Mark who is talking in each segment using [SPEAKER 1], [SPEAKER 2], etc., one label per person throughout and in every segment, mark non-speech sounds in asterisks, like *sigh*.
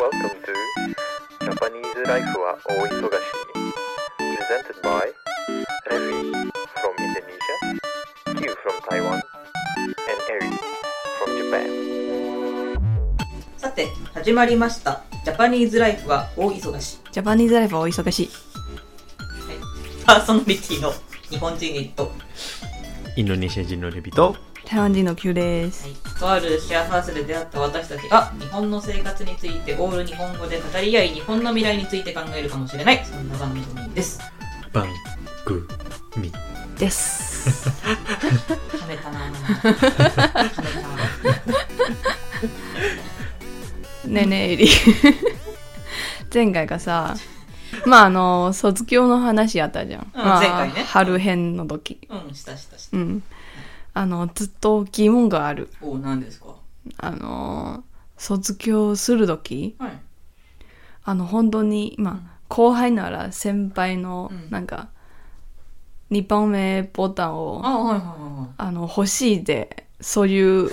[SPEAKER 1] Welcome to Japanese Life は大忙し Presented by Revi from Indonesia, Q from Taiwan, and Eri from Japan.
[SPEAKER 2] さて始まりましたジャパニーズライフは大忙し
[SPEAKER 3] ジャパニーズライフはお忙しい。
[SPEAKER 2] パーソナリティの日本人にと、は
[SPEAKER 4] インドネシア人のレビと
[SPEAKER 3] 台湾人の
[SPEAKER 2] *laughs*
[SPEAKER 3] Q です。
[SPEAKER 2] い、とあるシェアハウスで出会った私たちが日本の生活についてオール日本語で語り合い日本の未来について考えるかもしれないそんな番組です
[SPEAKER 4] 番組
[SPEAKER 3] です。
[SPEAKER 2] はめたなぁはめたなぁ *laughs*
[SPEAKER 3] ねえねえ、エリ。 *laughs* 前回がさ、まああの、卒業の話やったじゃん。まあ
[SPEAKER 2] 前回ね
[SPEAKER 3] 春編の時。
[SPEAKER 2] うんしたしたし
[SPEAKER 3] う
[SPEAKER 2] た
[SPEAKER 3] ん。あの、ずっと疑問がある。
[SPEAKER 2] おお何ですか
[SPEAKER 3] あの、卒業する時、
[SPEAKER 2] はい
[SPEAKER 3] あの、本当に、まあ、
[SPEAKER 2] うん
[SPEAKER 3] 後輩なら先輩の
[SPEAKER 2] う、ん
[SPEAKER 3] なんか、2番目ボタンを、
[SPEAKER 2] あはいはいはいはい
[SPEAKER 3] あの、欲しいで、そういう、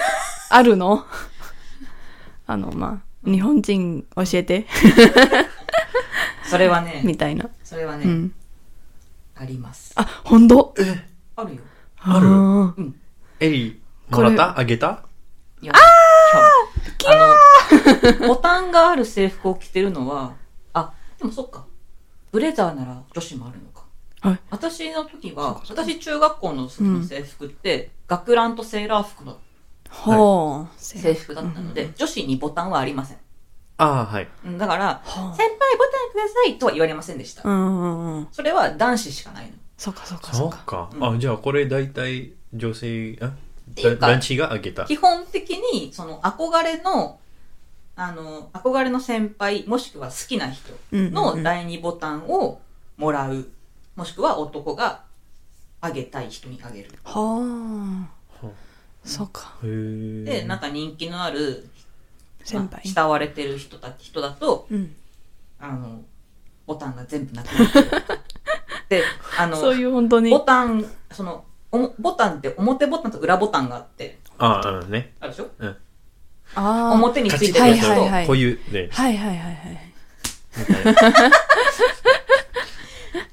[SPEAKER 3] あ
[SPEAKER 2] *laughs*
[SPEAKER 3] るのあの、まあ、日本人教
[SPEAKER 2] *laughs*
[SPEAKER 3] えて、
[SPEAKER 2] それはね
[SPEAKER 3] みたいな。
[SPEAKER 2] それはね、
[SPEAKER 3] うん。
[SPEAKER 2] あります
[SPEAKER 3] あ、ほんと
[SPEAKER 2] あるよ
[SPEAKER 4] ある
[SPEAKER 3] あー
[SPEAKER 4] エリ
[SPEAKER 3] こ
[SPEAKER 4] も
[SPEAKER 3] れ
[SPEAKER 4] らったあげた
[SPEAKER 2] いや、あの、ボタンがある制服を着てるのは、あ、でもそっか。ブレザーなら女子もあるのか。
[SPEAKER 3] はい
[SPEAKER 2] 私の時は、私中学校の時の制服って、学ランとセーラー服の
[SPEAKER 3] ほう。
[SPEAKER 2] 制服だったので、女子にボタンはありません。
[SPEAKER 4] ああはい
[SPEAKER 2] うんだから、先
[SPEAKER 3] は
[SPEAKER 2] 輩ボタンくださいとは言われませんでした。
[SPEAKER 3] あうんうんうん。
[SPEAKER 2] それは男子しかないの。
[SPEAKER 3] そうかそうかそ
[SPEAKER 4] そうう
[SPEAKER 3] か。
[SPEAKER 4] か、
[SPEAKER 2] う
[SPEAKER 4] あじゃあこれ大体女性あ
[SPEAKER 2] ていうか
[SPEAKER 4] ランチがあげた
[SPEAKER 2] *laughs* 基本的に、その憧れの、あの、憧れの先輩、もしくは好きな人
[SPEAKER 3] うんうんう
[SPEAKER 2] の
[SPEAKER 3] ん
[SPEAKER 2] 第二ボタンをもらう。もしくは男があげたい人にあげる。
[SPEAKER 3] はあ
[SPEAKER 4] ほう。
[SPEAKER 3] そうか。
[SPEAKER 4] へー
[SPEAKER 2] で、なんか人気のある、
[SPEAKER 3] 先
[SPEAKER 2] まあ
[SPEAKER 3] 輩。
[SPEAKER 2] 慕われてる人だ人だと、
[SPEAKER 3] うん。
[SPEAKER 2] あの、ボタンが全部なくなっち
[SPEAKER 3] *laughs*
[SPEAKER 2] ゃう。で、あの、
[SPEAKER 3] そういう本当に
[SPEAKER 2] ボ。タン、その、おもボタンって表ボタンと裏ボタンがあって、
[SPEAKER 4] ああうんね
[SPEAKER 2] あるでしょ
[SPEAKER 3] あー
[SPEAKER 2] 表について
[SPEAKER 3] は
[SPEAKER 2] る
[SPEAKER 3] い
[SPEAKER 2] 人
[SPEAKER 3] はい
[SPEAKER 2] と、
[SPEAKER 3] はい
[SPEAKER 4] こういうね
[SPEAKER 3] はいはいはいはい。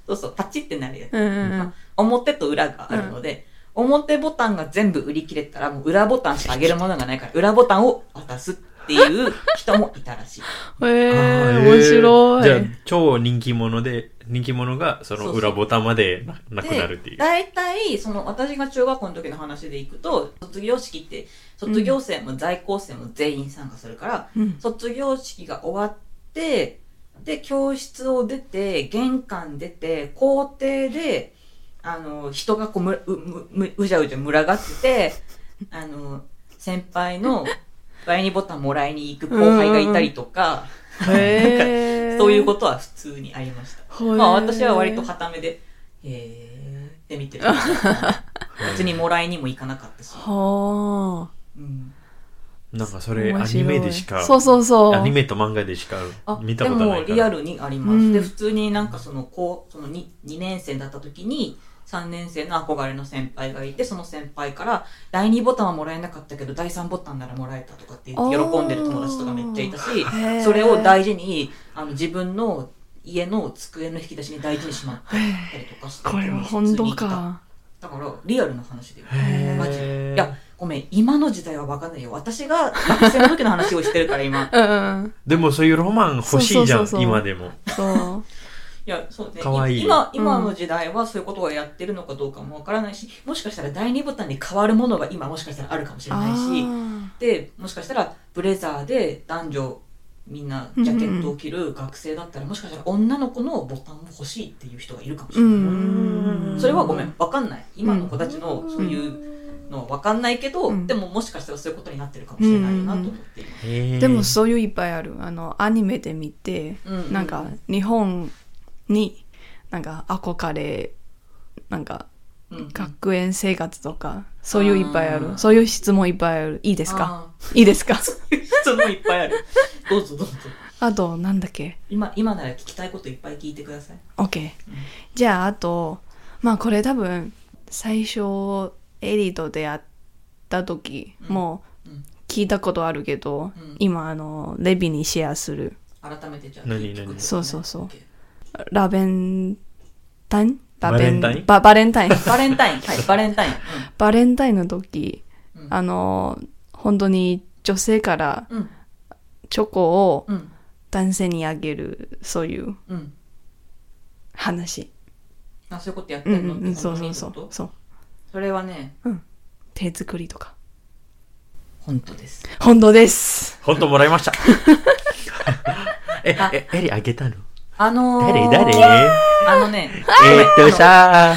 [SPEAKER 2] そうそう、パチってなるやつ。
[SPEAKER 3] うんうんう
[SPEAKER 2] まあ
[SPEAKER 3] ん。
[SPEAKER 2] 表と裏があるので、表ボタンが全部売り切れたら、もう裏ボタンしかあげるものがないから、裏ボタンを渡すっていう人もいたらしい。
[SPEAKER 3] え
[SPEAKER 4] あー
[SPEAKER 3] ー、面白
[SPEAKER 4] じゃあ
[SPEAKER 3] い。
[SPEAKER 4] 超人気者で人気者がその裏ボタンまでななくなるってい
[SPEAKER 2] で
[SPEAKER 4] う
[SPEAKER 2] 大体、その私が中学校の時の話でいくと、卒業式って、卒業生も在校生も全員参加するから、
[SPEAKER 3] うん。
[SPEAKER 2] 卒業式が終わって、で、教室を出て、玄関出て、校庭で、あの、人がこうむ、う、む、むうじゃうじゃ群がってて、あの、先輩の第二ボタンもらいに行く後輩がいたりとか、
[SPEAKER 3] へー。
[SPEAKER 2] そういうことは普通にありました。
[SPEAKER 3] と
[SPEAKER 2] まあ私は割と固めで、へえーって
[SPEAKER 4] *laughs*
[SPEAKER 2] 見てる。別にもらいにも行かなかったし。
[SPEAKER 3] はあ。
[SPEAKER 2] うん、
[SPEAKER 4] なんかそれア
[SPEAKER 3] 面白い
[SPEAKER 4] ニメでしか
[SPEAKER 3] そうそうそう。
[SPEAKER 4] アニメと漫画でしか
[SPEAKER 2] あ
[SPEAKER 4] 見たことないから
[SPEAKER 2] でもリアルにあります。
[SPEAKER 3] うん
[SPEAKER 2] で、普通になんかその、こう、その 2, 2年生だった時に、3年生の憧れの先輩がいて、その先輩から、第2ボタンはもらえなかったけど、第3ボタンならもらえたとかって言って、
[SPEAKER 3] あー
[SPEAKER 2] 喜んでる友達とかめっちゃいたし
[SPEAKER 3] へ、ー
[SPEAKER 2] それを大事に、あの、自分の家の机の引き出しに大事にしまったりとかして、
[SPEAKER 3] これは
[SPEAKER 2] 普通
[SPEAKER 3] 本
[SPEAKER 2] に
[SPEAKER 3] 当
[SPEAKER 2] いた
[SPEAKER 3] か。
[SPEAKER 2] だから、リアルな話で言う
[SPEAKER 4] へー
[SPEAKER 2] マジでいや、ごめん、今の時代は分かんないよ。私が学生の時の話をしてるから、
[SPEAKER 3] *laughs*
[SPEAKER 2] 今。
[SPEAKER 3] うんうん。
[SPEAKER 4] でもそういうロマン欲しいじゃ
[SPEAKER 3] そ
[SPEAKER 4] ん
[SPEAKER 3] うそうそうそう
[SPEAKER 4] 今でも
[SPEAKER 3] そう。
[SPEAKER 2] いや、そうね。
[SPEAKER 4] かわいい
[SPEAKER 2] 今、今の時代はそういうことをやってるのかどうかも分からないし、もしかしたら第二ボタンに変わるものが今もしかしたらあるかもしれないし、
[SPEAKER 3] あ
[SPEAKER 2] で、もしかしたらブレザーで男女みんなジャケットを着る学生だったら、もしかしたら女の子のボタンも欲しいっていう人がいるかもし
[SPEAKER 3] ーう
[SPEAKER 2] れない。
[SPEAKER 3] ん。
[SPEAKER 2] それはごめん、分かんない。今の子たちのそういうのは分かんないけど、
[SPEAKER 3] うん
[SPEAKER 2] でももしかしたらそういうことになってるかもしれないよなと思っています。
[SPEAKER 4] で
[SPEAKER 3] でもそういういっぱいある。あの、アニメで見て、
[SPEAKER 2] うん
[SPEAKER 3] なんか、日本に、なんか、憧れ、なんか、
[SPEAKER 2] うんうん
[SPEAKER 3] 学園生活とか、そういういっぱい
[SPEAKER 2] あ
[SPEAKER 3] あ
[SPEAKER 2] ー
[SPEAKER 3] る。そういう質問いっぱいある。いいですか
[SPEAKER 2] あ
[SPEAKER 3] いいですか *laughs*
[SPEAKER 2] ー質問いっぱいある。どうぞどうぞ。
[SPEAKER 3] あと、なんだっけ
[SPEAKER 2] 今、今なら聞きたいこといっぱい聞いてください。
[SPEAKER 3] OK。じゃあ、あと、まあこれ多分、最初、エリと出会った時、
[SPEAKER 2] うん
[SPEAKER 3] もう
[SPEAKER 2] うん、
[SPEAKER 3] 昨聞いたことあるけど、
[SPEAKER 2] うん
[SPEAKER 3] 今あのレビにシェアする
[SPEAKER 2] 改めてじゃあ
[SPEAKER 4] 何
[SPEAKER 2] 聞く
[SPEAKER 4] 何
[SPEAKER 3] そうそうそう
[SPEAKER 2] OK
[SPEAKER 3] ラベンタインラベ
[SPEAKER 4] バレン
[SPEAKER 3] ン
[SPEAKER 4] タイン
[SPEAKER 3] ババレンタイン *laughs*
[SPEAKER 2] バレンタインはいバレンタイン
[SPEAKER 3] バレンタインの時、
[SPEAKER 2] うん
[SPEAKER 3] あの本当に女性から
[SPEAKER 2] うん
[SPEAKER 3] チョコを
[SPEAKER 2] うん
[SPEAKER 3] 男性にあげるそういう
[SPEAKER 2] うんうん
[SPEAKER 3] 話
[SPEAKER 2] あそういうことやって
[SPEAKER 3] うんん
[SPEAKER 2] の
[SPEAKER 3] うんうん
[SPEAKER 2] って
[SPEAKER 3] そ
[SPEAKER 2] 本当
[SPEAKER 3] うそ
[SPEAKER 2] に
[SPEAKER 3] う
[SPEAKER 2] って
[SPEAKER 3] そ
[SPEAKER 2] こと
[SPEAKER 3] うそう
[SPEAKER 2] それはね
[SPEAKER 3] 手作りとか
[SPEAKER 2] 本当です
[SPEAKER 3] 本当です
[SPEAKER 4] 本当もらいま
[SPEAKER 3] *laughs*
[SPEAKER 4] した。え、え、エリあげたの
[SPEAKER 2] あのー、
[SPEAKER 4] 誰誰
[SPEAKER 2] あのね
[SPEAKER 4] えーっとさ、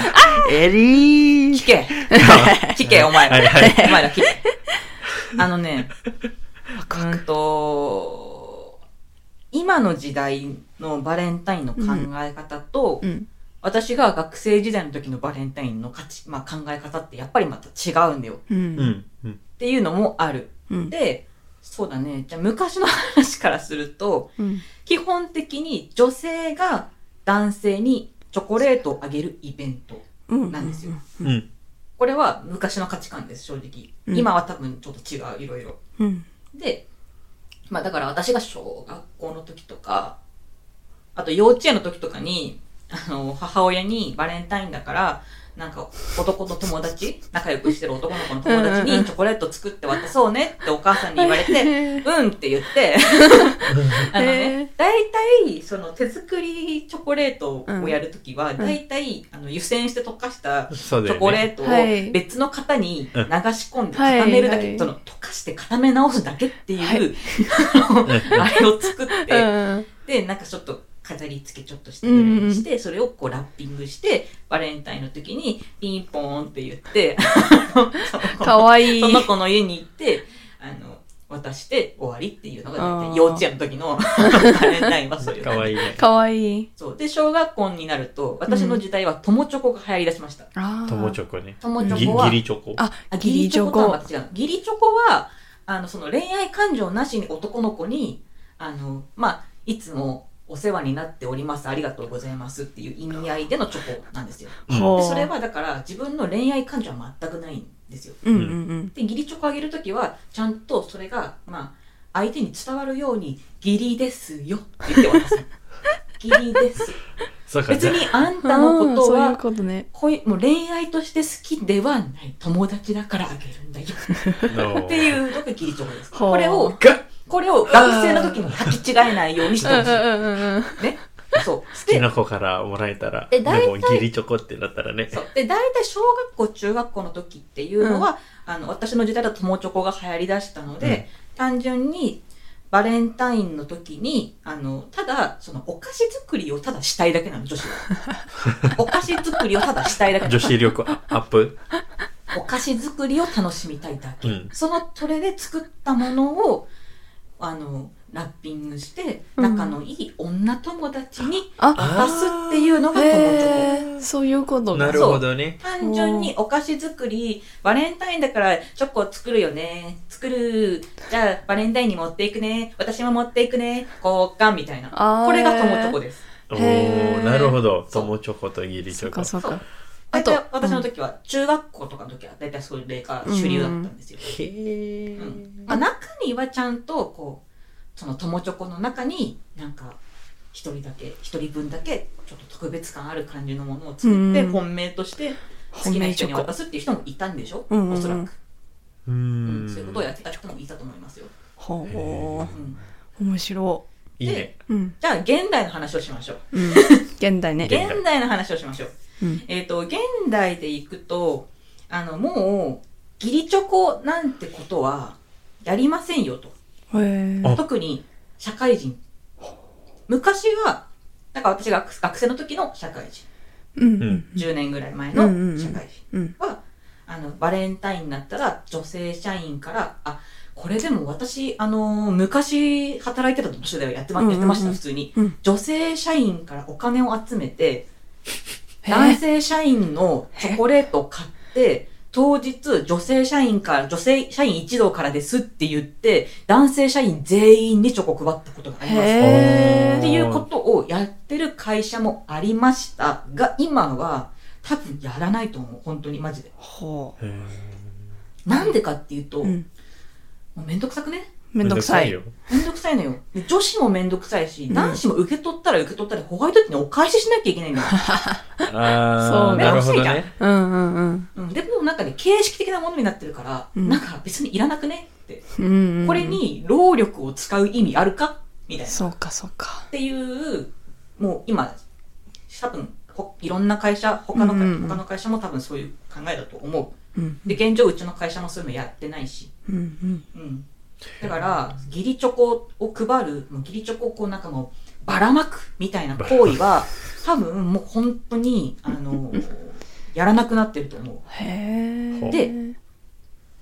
[SPEAKER 4] エリ
[SPEAKER 2] 聞け *laughs* 聞けお前ら
[SPEAKER 4] はいは
[SPEAKER 2] *laughs* お前ら聞けあのねうんと今の時代のバレンタインの考え方と、
[SPEAKER 3] うん
[SPEAKER 2] 私が学生時代の時のバレンタインの価値、まあ、考え方ってやっぱりまた違うんだよ
[SPEAKER 3] う
[SPEAKER 4] うんん、うん、
[SPEAKER 2] っていうのもある。
[SPEAKER 3] うん
[SPEAKER 2] で、そうだね。じゃあ昔の話からすると、
[SPEAKER 3] うん
[SPEAKER 2] 基本的に女性が男性にチョコレートをあげるイベント
[SPEAKER 3] うん
[SPEAKER 2] なんですよ。
[SPEAKER 4] うん、
[SPEAKER 2] これは昔の価値観です、正直。
[SPEAKER 3] うん
[SPEAKER 2] 今は多分ちょっと違う、いろいろ。
[SPEAKER 3] うん
[SPEAKER 2] で、まあだから私が小学校の時とか、あと幼稚園の時とかに、あの、母親にバレンタインだから、なんか男の友達、仲良くしてる男の子の友達
[SPEAKER 3] うんうんう
[SPEAKER 2] に
[SPEAKER 3] ん
[SPEAKER 2] チョコレート作って渡そうねってお母さんに言われて、うんって言って、あの
[SPEAKER 3] へー
[SPEAKER 2] ね、大体、その手作りチョコレートをやるときは、大体、あの、湯煎して溶かした
[SPEAKER 4] そうだよね。
[SPEAKER 2] チョコレート
[SPEAKER 3] はい
[SPEAKER 2] を別の型に流し込んで
[SPEAKER 3] うんはい
[SPEAKER 2] 固めるだけ、
[SPEAKER 3] はい
[SPEAKER 2] その溶かして固め直すだけっていう、
[SPEAKER 3] はい
[SPEAKER 2] あれを作って、
[SPEAKER 3] うん
[SPEAKER 2] でなんかちょっと飾り付けちょっとしてぐらいにして、それをこうラッピングしてバレンタインの時にピンポーンって言っ
[SPEAKER 3] *laughs*
[SPEAKER 2] てあのその子
[SPEAKER 3] かわいい
[SPEAKER 2] その子の家に行ってあの渡して終わりっていうのが大
[SPEAKER 3] あ
[SPEAKER 2] 体
[SPEAKER 3] ー
[SPEAKER 2] 幼稚園の時の *laughs* バレンタインはそういう
[SPEAKER 4] かわいいね。
[SPEAKER 3] かわいい
[SPEAKER 2] そうで小学校になると私の時代は友チョコが流行りだしました、
[SPEAKER 3] あー
[SPEAKER 4] 友チョコね。
[SPEAKER 2] 友
[SPEAKER 4] ぎ
[SPEAKER 2] チョコ
[SPEAKER 4] ギ
[SPEAKER 2] は
[SPEAKER 4] リチョコ。
[SPEAKER 3] あ
[SPEAKER 2] あ
[SPEAKER 3] ギリチョ
[SPEAKER 2] とはま
[SPEAKER 3] コ
[SPEAKER 2] た違う。ギリチョコは、あの、その恋愛感情なしに男の子に、あの、まあ、いつもお世話になっております、ありがとうございますっていう意味合いでのチョコなんですよ。
[SPEAKER 4] うん
[SPEAKER 2] でそれはだから自分の恋愛感情は全くないんですよ。
[SPEAKER 3] うんうん
[SPEAKER 2] で、ギリチョコあげるときは、ちゃんとそれが、まあ、相手に伝わるように、ギリですよって言って渡す。
[SPEAKER 3] *laughs*
[SPEAKER 2] ギリです。
[SPEAKER 4] そうか、
[SPEAKER 2] 別
[SPEAKER 4] じゃ
[SPEAKER 2] にあん
[SPEAKER 3] う
[SPEAKER 2] たの
[SPEAKER 3] ん
[SPEAKER 2] こと
[SPEAKER 3] そうい
[SPEAKER 2] は
[SPEAKER 3] うことね
[SPEAKER 2] 恋もう恋愛として好きではない友達だからあげるんだよ
[SPEAKER 4] あ
[SPEAKER 2] っていうのが義理チョコです
[SPEAKER 3] ほう
[SPEAKER 2] これを
[SPEAKER 4] が
[SPEAKER 2] これを学生の時に履き違えないようにしてほしいねそう
[SPEAKER 4] 好き
[SPEAKER 2] で
[SPEAKER 4] な子からもらえたら、
[SPEAKER 2] え
[SPEAKER 4] で
[SPEAKER 2] 大
[SPEAKER 4] もギリチョコってなったらね。
[SPEAKER 2] そうで大体小学校中学校の時っていうのは、あの私の時代だと友チョコが流行りだしたので、単純にバレンタインの時にあのただそのお菓子作りをただしたいだけなの女子
[SPEAKER 4] *laughs*
[SPEAKER 2] はお菓子作りをただしたいだけなの
[SPEAKER 4] 女子力アッ
[SPEAKER 2] *laughs*
[SPEAKER 4] プ
[SPEAKER 2] お菓子作りを楽しみたいだけ、
[SPEAKER 4] うん
[SPEAKER 2] そのそれで作ったものをあのラッピングして
[SPEAKER 3] うん
[SPEAKER 2] 仲のいい女友達に
[SPEAKER 3] あ
[SPEAKER 2] 渡すっていうのが友チョコ。
[SPEAKER 3] へえそういうこと
[SPEAKER 4] な
[SPEAKER 3] ね
[SPEAKER 4] るほどね。
[SPEAKER 2] 単純にお菓子作り、バレンタインだからチョコ作るよね。作る。じゃあバレンタインに持っていくね。私も持っていくね。交換みたいな。
[SPEAKER 3] あー
[SPEAKER 2] これが友チョコです。
[SPEAKER 4] お
[SPEAKER 3] へ
[SPEAKER 4] ー、
[SPEAKER 3] ー
[SPEAKER 4] なるほど。
[SPEAKER 2] そう
[SPEAKER 4] 友チョコとギリチ
[SPEAKER 3] そ
[SPEAKER 4] ョ
[SPEAKER 3] うか
[SPEAKER 4] コ。
[SPEAKER 3] そう
[SPEAKER 2] そう
[SPEAKER 3] か
[SPEAKER 2] 大
[SPEAKER 3] あと
[SPEAKER 2] 体私の時は中学校とかの時は大体そういう例が主流だったんですよ。
[SPEAKER 4] へー
[SPEAKER 2] うんまあ、中にはちゃんとこうその友チョコの中になんか一人だけ一人分だけちょっと特別感ある感じのものを作って
[SPEAKER 3] うん
[SPEAKER 2] 本命として好きな人に渡すっていう人もいたんでしょ
[SPEAKER 3] うんうんうん
[SPEAKER 2] おそらく、
[SPEAKER 4] う
[SPEAKER 2] うん
[SPEAKER 4] ん。
[SPEAKER 2] そういうことをやってた人もいたと思いますよ、
[SPEAKER 3] ほ
[SPEAKER 4] へ
[SPEAKER 2] う
[SPEAKER 3] う
[SPEAKER 2] ん
[SPEAKER 3] 面白
[SPEAKER 4] いいね。
[SPEAKER 3] いうん
[SPEAKER 2] じゃあ現代の話をしましょう
[SPEAKER 3] うん現代ね
[SPEAKER 4] 現代
[SPEAKER 2] 現代の話をしましょう、
[SPEAKER 3] うん
[SPEAKER 2] えっ、と現代でいくとあのもう義理チョコなんてことはやりませんよと
[SPEAKER 3] へえ
[SPEAKER 4] あ
[SPEAKER 2] 特に社会人。昔は、なんか私が学学生の時の社会人、
[SPEAKER 3] うん
[SPEAKER 4] うん
[SPEAKER 2] 10年ぐらい前
[SPEAKER 3] うんうんう
[SPEAKER 2] の
[SPEAKER 3] ん
[SPEAKER 2] 社会
[SPEAKER 3] うん
[SPEAKER 2] 人は、あの、バレンタインになったら女性社員から、あ、これでも私、あのー昔働いてた年ではやってま
[SPEAKER 3] うんうんうん
[SPEAKER 2] やってました、普通に
[SPEAKER 3] うん。
[SPEAKER 2] 女性社員からお金を集めて、
[SPEAKER 3] へ
[SPEAKER 2] 男
[SPEAKER 3] え
[SPEAKER 2] 性社員のチョコレートを買って、当日、女性社員から、女性社員一同からですって言って、男性社員全員にチョコ配ったことがあります。
[SPEAKER 3] へえ
[SPEAKER 2] っていうことをやってる会社もありましたが、今は多分やらないと思う。本当にマジで。
[SPEAKER 3] ほ
[SPEAKER 4] へー
[SPEAKER 2] なんでかっていうと、
[SPEAKER 3] ううん
[SPEAKER 2] もうめんどくさくね
[SPEAKER 3] めんどくさい。
[SPEAKER 4] よ。
[SPEAKER 2] めんどくさいのよ。で女子もめんどくさいし、男子も受け取ったら受け取ったで、ホワイトってね、お返ししなきゃいけないんだよ。
[SPEAKER 4] あ
[SPEAKER 3] そ
[SPEAKER 4] あ、
[SPEAKER 3] う
[SPEAKER 4] なるほどね。
[SPEAKER 3] うんうんうん。
[SPEAKER 2] うん、でもなんかね、形式的なものになってるから、
[SPEAKER 3] うん
[SPEAKER 2] なんか別にいらなくねって。
[SPEAKER 3] うんうん
[SPEAKER 2] これに労力を使う意味あるかみたいな。
[SPEAKER 3] そうかそうか
[SPEAKER 2] っていう、もう今、多分、ほいろんな会社、他の会,、
[SPEAKER 3] うんうんうん
[SPEAKER 2] 他の会社も多分そういう考えだと思
[SPEAKER 3] うん
[SPEAKER 2] う。で、現状うちの会社もそういうのやってないし。
[SPEAKER 3] うんうん
[SPEAKER 2] うん。だから、義理チョコを配る、もう義理チョコをこうなんかもう、ばらまくみたいな行為は、多分もう本当に、あ
[SPEAKER 3] *laughs*
[SPEAKER 2] の、やらなくなってると思う。
[SPEAKER 3] へえ
[SPEAKER 2] で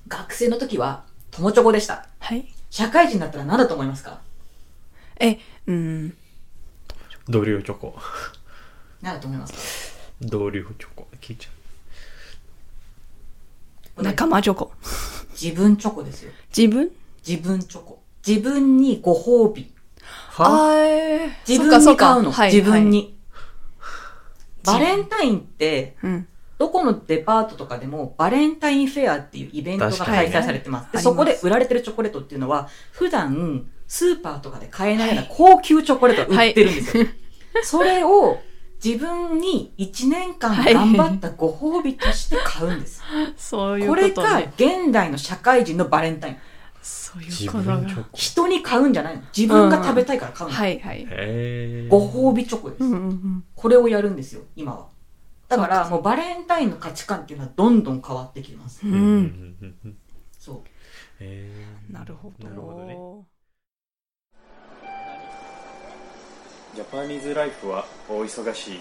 [SPEAKER 2] 学生の時は、友チョコでした。
[SPEAKER 3] はい
[SPEAKER 2] 社会人になったら何だと思いますか
[SPEAKER 3] えうん
[SPEAKER 4] 同僚チョコ。
[SPEAKER 2] 何だと思います
[SPEAKER 4] 同僚チョコ。聞いちゃ
[SPEAKER 2] か
[SPEAKER 3] 仲間チョコ
[SPEAKER 2] 自分チョコですよ。
[SPEAKER 3] 自分
[SPEAKER 2] 自分チョコ。自分にご褒美。
[SPEAKER 4] う。は
[SPEAKER 3] あー
[SPEAKER 2] 自
[SPEAKER 3] そっか
[SPEAKER 2] 分
[SPEAKER 3] そっ
[SPEAKER 2] に
[SPEAKER 3] か
[SPEAKER 2] 買うの。
[SPEAKER 3] はい
[SPEAKER 2] 自分
[SPEAKER 3] は
[SPEAKER 2] に。バレンタインって、
[SPEAKER 3] いうん
[SPEAKER 2] どこのデパートとかでもバレンタインフェアっていうイベントが
[SPEAKER 4] 確か
[SPEAKER 2] 開
[SPEAKER 4] にね
[SPEAKER 2] 催されてます。
[SPEAKER 3] ありま
[SPEAKER 2] ですそこで売られてるチョコレートっていうのは、普段スーパーとかで買えないような高級チョコレートが売ってるんですよ。
[SPEAKER 3] *laughs*
[SPEAKER 2] それを自分に1年間頑張ったご褒美として買うんです。
[SPEAKER 3] そういう
[SPEAKER 2] こ
[SPEAKER 3] こ
[SPEAKER 2] れ
[SPEAKER 3] と
[SPEAKER 2] が
[SPEAKER 3] ね
[SPEAKER 2] 現代の社会人のバレンタイン。
[SPEAKER 3] そうい
[SPEAKER 4] 自
[SPEAKER 3] うことが
[SPEAKER 4] 分チョコ。
[SPEAKER 2] 人に買うんじゃないの。自分が食べたいから買うの。
[SPEAKER 3] はいはい
[SPEAKER 4] へえ。
[SPEAKER 2] ご褒美チョコです。
[SPEAKER 3] うんうんうん
[SPEAKER 2] これをやるんですよ、今は。だか
[SPEAKER 3] そう
[SPEAKER 2] ら、もうバレンタインの価値観っていうのはどんどん変わってきます。
[SPEAKER 4] う
[SPEAKER 3] う
[SPEAKER 4] んうんうんんうん。
[SPEAKER 2] そう。
[SPEAKER 4] へえ
[SPEAKER 3] なるほど
[SPEAKER 4] なるほどね。
[SPEAKER 1] ジャパニーズライフは大忙しい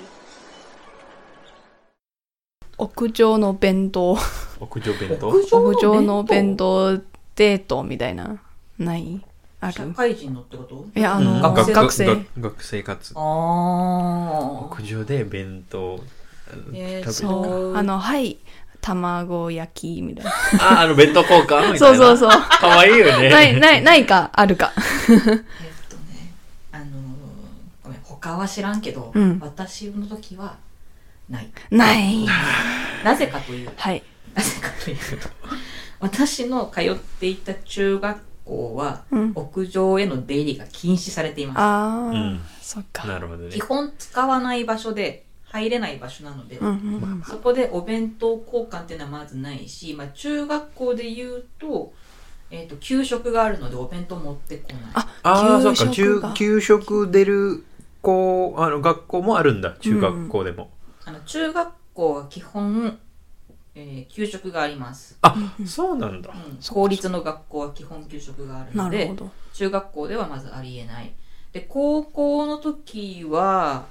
[SPEAKER 3] 屋上の弁当
[SPEAKER 4] 屋上弁当
[SPEAKER 2] 屋
[SPEAKER 3] 屋上
[SPEAKER 2] 上
[SPEAKER 3] の
[SPEAKER 2] の
[SPEAKER 3] 弁
[SPEAKER 2] 弁当。
[SPEAKER 3] 当デートみたいなないあ
[SPEAKER 2] 社
[SPEAKER 3] る
[SPEAKER 2] 会人のってこと
[SPEAKER 3] いやあ
[SPEAKER 4] うん
[SPEAKER 3] の
[SPEAKER 2] 学生
[SPEAKER 3] 学生
[SPEAKER 4] 学学生活。
[SPEAKER 2] あ
[SPEAKER 4] 屋上で弁当。
[SPEAKER 2] ー。えー、
[SPEAKER 4] 食べ
[SPEAKER 2] そう。
[SPEAKER 3] あ、のはい卵焼きみたいな
[SPEAKER 4] あ、あの弁当交換みたいな。
[SPEAKER 3] そうそうそう
[SPEAKER 4] かわいいよね。 *laughs*
[SPEAKER 3] ないないないかあるか
[SPEAKER 2] えっとね、あのー、ごめん、他は知らんけど、
[SPEAKER 3] うん
[SPEAKER 2] 私の時は、ない。
[SPEAKER 3] ない
[SPEAKER 2] *laughs* なぜかという
[SPEAKER 3] はい
[SPEAKER 2] なぜかというと、私の通っていた中学校は、
[SPEAKER 3] うん
[SPEAKER 2] 屋上への出入りが禁止されています。
[SPEAKER 3] ああ、
[SPEAKER 4] うん
[SPEAKER 3] そっ
[SPEAKER 4] な
[SPEAKER 3] か。
[SPEAKER 4] るほどね
[SPEAKER 2] 基。本使わない場所で、入れない場所なので、
[SPEAKER 3] うんうんうん
[SPEAKER 2] そこでお弁当交換っていうのはまずないし、まあ中学校で言うと、えっ、と、給食があるのでお弁当持ってこない。
[SPEAKER 3] あ
[SPEAKER 4] ああ、そっか。
[SPEAKER 3] 給食
[SPEAKER 4] 中
[SPEAKER 3] が
[SPEAKER 4] 給食出る子、あの、学校もあるんだ。中学校でも。
[SPEAKER 2] あの、中学校は基本、えー給食があります。
[SPEAKER 4] あ、そうなんだ
[SPEAKER 2] う。ん、公立の学校は基本給食がある
[SPEAKER 3] な
[SPEAKER 2] の
[SPEAKER 3] る
[SPEAKER 2] で
[SPEAKER 3] ほ、ど。
[SPEAKER 2] 中学校ではまずありえないで高校の時は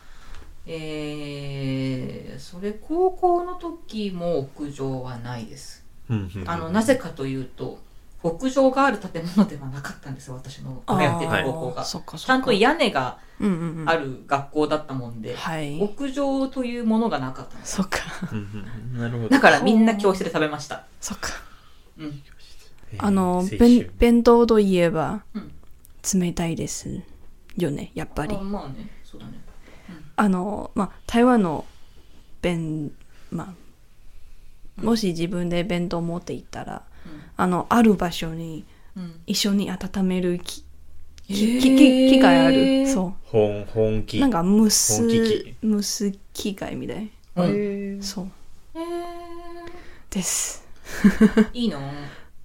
[SPEAKER 2] えー、それ高校の時も屋上はないです
[SPEAKER 4] うんうんうん
[SPEAKER 2] あのなぜかというと屋上がある建物ではなかったんですよ私の通って
[SPEAKER 4] は
[SPEAKER 2] た
[SPEAKER 4] い
[SPEAKER 2] 高校
[SPEAKER 3] あー
[SPEAKER 2] がち
[SPEAKER 3] そっかそっか。
[SPEAKER 2] ゃんと屋根が
[SPEAKER 3] うんうんうん
[SPEAKER 2] ある学校だったもんで、
[SPEAKER 3] はい。
[SPEAKER 2] 屋上というものがなかったんです
[SPEAKER 3] そっか。
[SPEAKER 4] うんうんなるほど
[SPEAKER 2] だ。からみんな教室で食べました
[SPEAKER 3] そっか。
[SPEAKER 2] うん
[SPEAKER 4] えー
[SPEAKER 3] あの
[SPEAKER 4] 青、春
[SPEAKER 3] 弁弁当といえば
[SPEAKER 2] うん、
[SPEAKER 3] 冷たいです。よね、やっぱり
[SPEAKER 2] あ。まあねそうだね
[SPEAKER 3] あの、まあ、台湾の弁、まあ、もし自分で弁当持って行ったら、あの、ある場所に
[SPEAKER 2] うん
[SPEAKER 3] 一緒に温めるき、き、
[SPEAKER 2] へー
[SPEAKER 3] き、き機会ある。そう。
[SPEAKER 4] 本、本気。
[SPEAKER 3] なんか蒸す
[SPEAKER 4] 本気機
[SPEAKER 3] 蒸す機械みたい
[SPEAKER 2] うん、
[SPEAKER 4] へ
[SPEAKER 2] え
[SPEAKER 4] ー
[SPEAKER 3] そう
[SPEAKER 2] ー
[SPEAKER 3] です
[SPEAKER 2] いいなぁ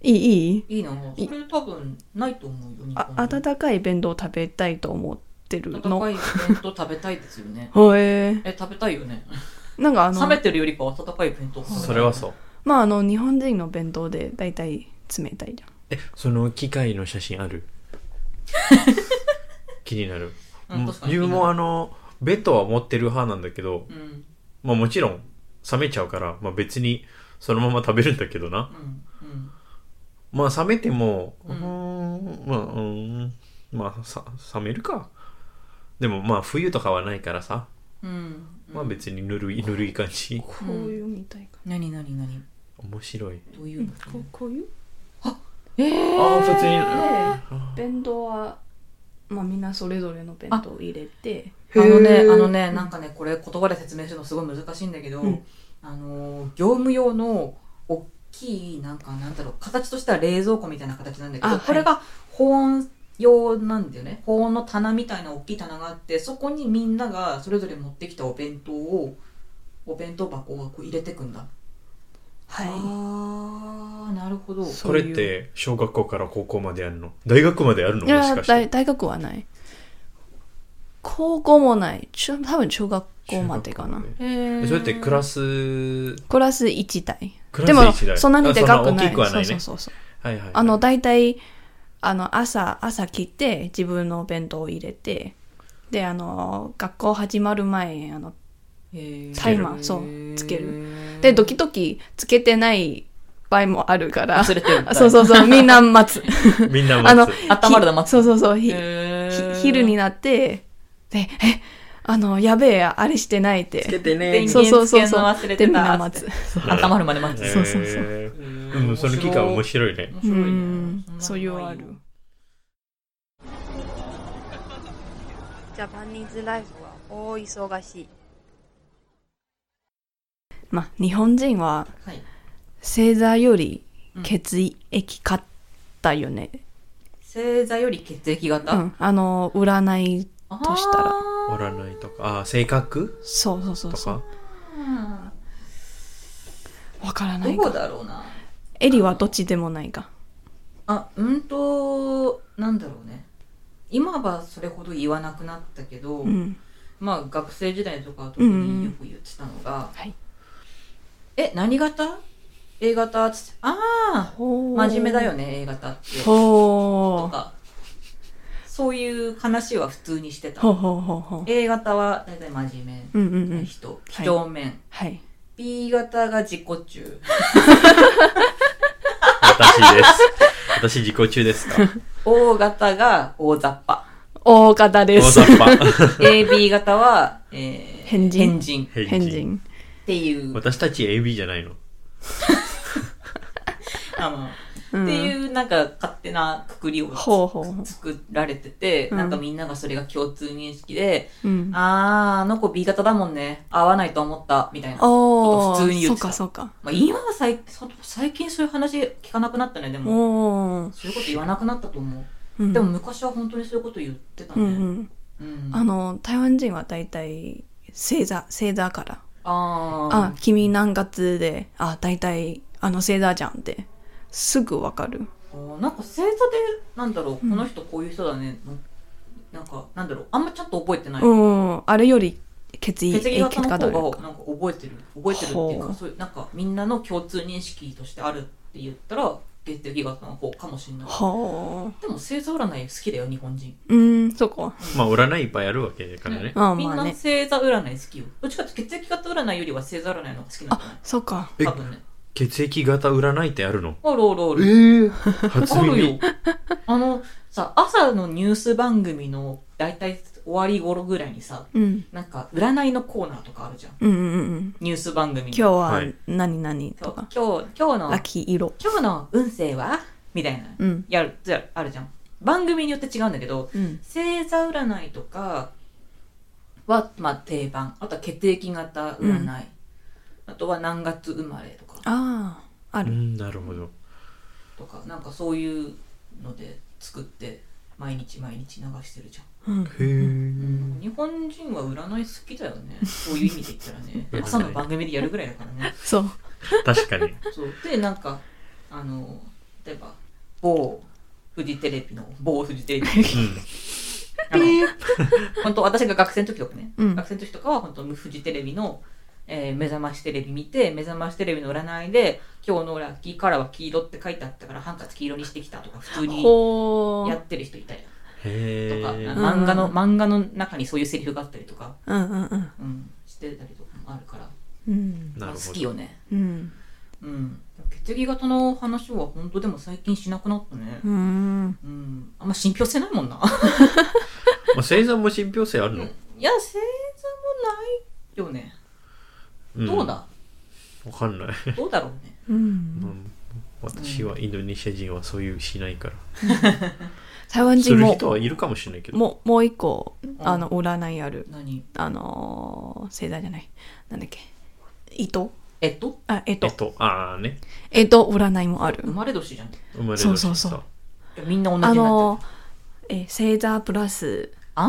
[SPEAKER 3] いいいい
[SPEAKER 2] いいなぁ
[SPEAKER 3] い
[SPEAKER 2] それ多分ないと思うよ日
[SPEAKER 3] あ
[SPEAKER 2] 本に
[SPEAKER 3] 温かい弁当食べたいと思ってる
[SPEAKER 2] 温か
[SPEAKER 3] の
[SPEAKER 2] い弁当食べたいですよ
[SPEAKER 3] *laughs*
[SPEAKER 2] ね
[SPEAKER 3] へえ
[SPEAKER 2] え食べたいよね
[SPEAKER 3] なんかあ
[SPEAKER 2] 冷
[SPEAKER 3] の
[SPEAKER 2] めてるよりかは温かい弁当
[SPEAKER 4] それはそう。
[SPEAKER 3] まああの日本人の弁当で大体冷たいじゃん
[SPEAKER 4] え、その機械の写真あ
[SPEAKER 2] *laughs*
[SPEAKER 4] る気になる。
[SPEAKER 2] うん確かに
[SPEAKER 4] 自分もあの、ベッドは持ってる派なんだけど、
[SPEAKER 2] うんうん
[SPEAKER 4] まあもちろん冷めちゃうから、まあ別にそのまま食べるんだけどな。
[SPEAKER 2] うん
[SPEAKER 4] まあ冷めても、う
[SPEAKER 2] う
[SPEAKER 4] ー
[SPEAKER 2] ん
[SPEAKER 4] ん、まあ、うーん、まあさ、冷めるか。でもまあ冬とかはないからさ、
[SPEAKER 2] うんうん
[SPEAKER 4] まあ別にぬるい、ぬるい感じ。
[SPEAKER 3] こ
[SPEAKER 2] ういう
[SPEAKER 3] みたいか、
[SPEAKER 2] 何何何
[SPEAKER 4] 面白い。
[SPEAKER 2] どういうの
[SPEAKER 3] ここういう
[SPEAKER 2] えー
[SPEAKER 4] ああ、普通に。
[SPEAKER 3] で
[SPEAKER 4] あ
[SPEAKER 3] 弁当はまあみんなそれぞれの弁当を入れて
[SPEAKER 2] あのね、
[SPEAKER 4] へー
[SPEAKER 2] あのね、なんかね、これ言葉で説明するのすごい難しいんだけど、
[SPEAKER 3] うん
[SPEAKER 2] あのー、業務用のおきいなんかなんだろう形としては冷蔵庫みたいな形なんだけ
[SPEAKER 3] あは
[SPEAKER 2] ど
[SPEAKER 3] い
[SPEAKER 2] これが保温用なんだよね保温の棚みたいな大きい棚があってそこにみんながそれぞれ持ってきたお弁当をお弁当箱をこう入れてくんだ
[SPEAKER 3] は
[SPEAKER 2] あーなるほど
[SPEAKER 4] それって小学校から高校までやるの大学までやるの
[SPEAKER 3] い。
[SPEAKER 4] も
[SPEAKER 3] いや
[SPEAKER 4] しかして
[SPEAKER 3] 大、大学はない。高校もない。中多分中学校までかな
[SPEAKER 4] 中。学
[SPEAKER 2] へ
[SPEAKER 4] 校
[SPEAKER 2] ー
[SPEAKER 4] でそうやってクラス
[SPEAKER 3] クラス1体。
[SPEAKER 4] クラス
[SPEAKER 3] でも
[SPEAKER 4] 一台
[SPEAKER 3] そんなにでかくな
[SPEAKER 4] あそんな大
[SPEAKER 3] い。
[SPEAKER 4] きくはないね
[SPEAKER 3] そうそうそう。
[SPEAKER 4] はいはいはい
[SPEAKER 3] あの *laughs* 大体あの朝朝来て自分のお弁当を入れてであの学校始まる前あの
[SPEAKER 2] え
[SPEAKER 3] タイマーそうつけるで時々つけてない場合もあるから
[SPEAKER 2] 忘れてるみたい
[SPEAKER 3] *laughs* そうそうそうみんな
[SPEAKER 4] *laughs*
[SPEAKER 3] 待つ
[SPEAKER 4] みんな
[SPEAKER 3] あの
[SPEAKER 4] 待つ
[SPEAKER 2] 温まるの待つ
[SPEAKER 3] そうそうそうひ
[SPEAKER 2] へー
[SPEAKER 3] ひ昼になってでえあのやべえあれしてないって
[SPEAKER 4] て
[SPEAKER 2] 電
[SPEAKER 3] そうそう
[SPEAKER 2] 源つ
[SPEAKER 3] そ
[SPEAKER 2] け
[SPEAKER 3] う
[SPEAKER 2] る
[SPEAKER 3] そ
[SPEAKER 2] の
[SPEAKER 3] う
[SPEAKER 2] 忘れ
[SPEAKER 3] で
[SPEAKER 2] て
[SPEAKER 3] みんな
[SPEAKER 2] た
[SPEAKER 3] 待つ
[SPEAKER 2] 温まるまで待つ
[SPEAKER 3] そうそうそう
[SPEAKER 4] へー
[SPEAKER 2] うん
[SPEAKER 4] うんその期間面白いね
[SPEAKER 2] 面
[SPEAKER 3] う
[SPEAKER 2] 白いね
[SPEAKER 3] ん
[SPEAKER 2] んなの
[SPEAKER 3] そういうあ
[SPEAKER 2] ない
[SPEAKER 3] る
[SPEAKER 2] よ
[SPEAKER 5] ジャパニーズライフは大忙しい。
[SPEAKER 3] まあ日本人は
[SPEAKER 2] はい
[SPEAKER 3] 星座より
[SPEAKER 2] うん
[SPEAKER 3] 血液買ったよね、
[SPEAKER 2] 星座より血液型、
[SPEAKER 3] うん、あの占い
[SPEAKER 2] あー
[SPEAKER 3] としたら
[SPEAKER 4] 占いとかあ性格
[SPEAKER 3] そうそうそ
[SPEAKER 4] と
[SPEAKER 3] うそう
[SPEAKER 4] か
[SPEAKER 3] わからな
[SPEAKER 2] ど
[SPEAKER 3] い
[SPEAKER 2] こ
[SPEAKER 3] か
[SPEAKER 2] だろうな
[SPEAKER 3] エリはどっちでもないか
[SPEAKER 2] あうんとなんだろうね今はそれほど言わなくなったけど、
[SPEAKER 3] うん
[SPEAKER 2] まあ学生時代とかは特によく言ってたのが「
[SPEAKER 3] はい
[SPEAKER 2] え何型 ?A 型」っつって「ああ
[SPEAKER 3] 真
[SPEAKER 2] 真面目だよね A 型って」と
[SPEAKER 3] ほう
[SPEAKER 2] かそういう話は普通にしてた
[SPEAKER 3] ほうほうほうほ
[SPEAKER 2] A 型は大体真面
[SPEAKER 3] ううんうんう
[SPEAKER 2] 目なん人、几帳面、
[SPEAKER 3] はい
[SPEAKER 2] B 型が自己中
[SPEAKER 4] 私です *laughs* 私自己中です
[SPEAKER 3] *laughs*
[SPEAKER 4] か
[SPEAKER 2] O 型が大雑把
[SPEAKER 3] 大方で
[SPEAKER 4] 大
[SPEAKER 3] す
[SPEAKER 4] 雑把
[SPEAKER 3] *laughs*
[SPEAKER 2] AB 型は、えー、
[SPEAKER 3] 変人
[SPEAKER 2] 変人っ
[SPEAKER 3] 変人
[SPEAKER 2] ていう
[SPEAKER 4] 私たち AB じゃないの
[SPEAKER 2] あ
[SPEAKER 3] う
[SPEAKER 2] の、
[SPEAKER 3] ん
[SPEAKER 2] っていうなんか勝手なくくりをつ
[SPEAKER 3] ほうほうほう
[SPEAKER 2] 作られてて、
[SPEAKER 3] うん
[SPEAKER 2] なんかみんながそれが共通認識で、
[SPEAKER 3] うん
[SPEAKER 2] あー、あの子 B 型だもんね。合わないと思った、みたいな。
[SPEAKER 3] お
[SPEAKER 2] こと普通に
[SPEAKER 3] ー
[SPEAKER 2] 言
[SPEAKER 3] そ
[SPEAKER 2] っ
[SPEAKER 3] う
[SPEAKER 2] てた
[SPEAKER 3] かそうか
[SPEAKER 2] まあ、今は最そ最近そういう話聞かなくなったね、でも。
[SPEAKER 3] おー
[SPEAKER 2] そういうこと言わなくなったと思う。
[SPEAKER 3] うん
[SPEAKER 2] でも昔は本当にそういうこと言ってた
[SPEAKER 3] う
[SPEAKER 2] ね。
[SPEAKER 3] ん
[SPEAKER 2] う。
[SPEAKER 3] うんんあの台湾人は大体星座星座から
[SPEAKER 2] あー
[SPEAKER 3] あ、君何月で、あ、大体、あの星座じゃんって、すぐわかる。
[SPEAKER 2] あーなんか星座で、なんだろう、この人こういう人だね。なんか、なんだろう、あんまちゃんと覚えてない。
[SPEAKER 3] うん、あれより血液
[SPEAKER 2] 血液型の
[SPEAKER 3] 型よ
[SPEAKER 2] 方
[SPEAKER 3] り
[SPEAKER 2] が
[SPEAKER 3] か
[SPEAKER 2] なんか覚えてる覚えてるっていう
[SPEAKER 3] ほう
[SPEAKER 2] かそういうなんかみんなの共通認識としてあるって言ったら血液型の方かもしれない
[SPEAKER 3] は
[SPEAKER 2] でも星座占い好きだよ日本人、
[SPEAKER 3] あ。うん、そこ。
[SPEAKER 4] まあ占いいっぱいあるわけだからね
[SPEAKER 3] あ
[SPEAKER 2] みん
[SPEAKER 3] ま
[SPEAKER 2] な
[SPEAKER 3] あね。
[SPEAKER 2] 星座占い好きよどっちかっていうと血液型占いよりは星座占いの方が好きなんだよね
[SPEAKER 3] そっか。
[SPEAKER 4] え
[SPEAKER 2] 多分ね
[SPEAKER 4] 血液型占いってあるの
[SPEAKER 2] あるあるあ
[SPEAKER 4] え
[SPEAKER 2] る
[SPEAKER 3] *laughs*
[SPEAKER 4] え初
[SPEAKER 2] ある
[SPEAKER 4] 耳
[SPEAKER 2] よあのさ朝のニュース番組の大体終わり頃ぐらいにさ
[SPEAKER 3] うん。
[SPEAKER 2] なんか占いのコーナーとかあるじゃん
[SPEAKER 3] うんうんうんうん。
[SPEAKER 2] ニュース番組の
[SPEAKER 3] 今日は
[SPEAKER 4] はい
[SPEAKER 3] 何々
[SPEAKER 2] そ
[SPEAKER 3] と
[SPEAKER 2] う
[SPEAKER 3] か、
[SPEAKER 2] 今日今日の
[SPEAKER 3] ラッキー色。
[SPEAKER 2] 今日の運勢はみたいな
[SPEAKER 3] うん。
[SPEAKER 2] やるじゃあるじゃん番組によって違うんだけど
[SPEAKER 3] うん。
[SPEAKER 2] 星座占いとかは、まあ、定番あとは血液型占い、
[SPEAKER 3] うん
[SPEAKER 2] あとは何月生まれとか
[SPEAKER 3] ああ、あ
[SPEAKER 4] う
[SPEAKER 3] る。
[SPEAKER 4] んなるほど
[SPEAKER 2] とかなんかそういうので作って毎日毎日流してるじゃ
[SPEAKER 3] うん。
[SPEAKER 4] へえ
[SPEAKER 2] ん、日本人は占い好きだよねそう *laughs* いう意味で言ったらね
[SPEAKER 4] 占い
[SPEAKER 2] 朝の番組でやるぐらいだからね
[SPEAKER 3] そう。
[SPEAKER 4] 確
[SPEAKER 3] *laughs*
[SPEAKER 4] かに
[SPEAKER 2] *laughs* そうでなんかあの例えば某フジテレビの某フジ *laughs* テレビのあの本当私が学生の時とかね、
[SPEAKER 3] うん
[SPEAKER 2] 学生の時とかは本当フジテレビの、えー目覚ましテレビ見て目覚ましテレビの占いで今日のラッキーカラーは黄色って書いてあったからハンカチ黄色にしてきたとか普通に
[SPEAKER 3] ほ
[SPEAKER 2] や
[SPEAKER 3] ー
[SPEAKER 2] ってる人いたりと
[SPEAKER 4] へえ
[SPEAKER 2] か、
[SPEAKER 3] ん
[SPEAKER 2] 漫画の漫画の中にそういうセリフがあったりとか、
[SPEAKER 3] うんうんうん。
[SPEAKER 2] うん、してたりとかもあるから
[SPEAKER 3] うん。
[SPEAKER 4] なる
[SPEAKER 2] 好
[SPEAKER 4] ほ
[SPEAKER 2] き
[SPEAKER 4] ど
[SPEAKER 2] よね、
[SPEAKER 3] うん。
[SPEAKER 2] うん、血液型の話は本当でも最近しなくなったね
[SPEAKER 3] う、ん。
[SPEAKER 2] うん、あんま信憑性 *laughs* ないもんな
[SPEAKER 4] まあ星座も信憑性あるの
[SPEAKER 2] いや星座もないよね
[SPEAKER 4] ん
[SPEAKER 2] どうだ、
[SPEAKER 4] わかんない
[SPEAKER 2] どうだろうね
[SPEAKER 3] うん。
[SPEAKER 4] うん私はインドネシア人はそういうしないから
[SPEAKER 3] 台
[SPEAKER 4] す
[SPEAKER 3] 湾人
[SPEAKER 4] る
[SPEAKER 3] も
[SPEAKER 4] 人、はいるかもしれないけど
[SPEAKER 3] もう、もう一個、あの、占いある。
[SPEAKER 2] 何
[SPEAKER 3] あのー、星座じゃない。なんだっけ。糸
[SPEAKER 2] えっと
[SPEAKER 3] あ、え
[SPEAKER 4] え
[SPEAKER 3] っと
[SPEAKER 4] っ、と、ああね。
[SPEAKER 3] えっと、占いもある
[SPEAKER 2] 生。まれ年じゃん。い
[SPEAKER 4] 生まれ
[SPEAKER 3] そう
[SPEAKER 4] 年
[SPEAKER 3] そう
[SPEAKER 4] さ。
[SPEAKER 3] そう
[SPEAKER 2] やみんな同じ
[SPEAKER 3] あ
[SPEAKER 2] になっ
[SPEAKER 3] の
[SPEAKER 2] てる。、
[SPEAKER 3] え、星座プラス、
[SPEAKER 2] あ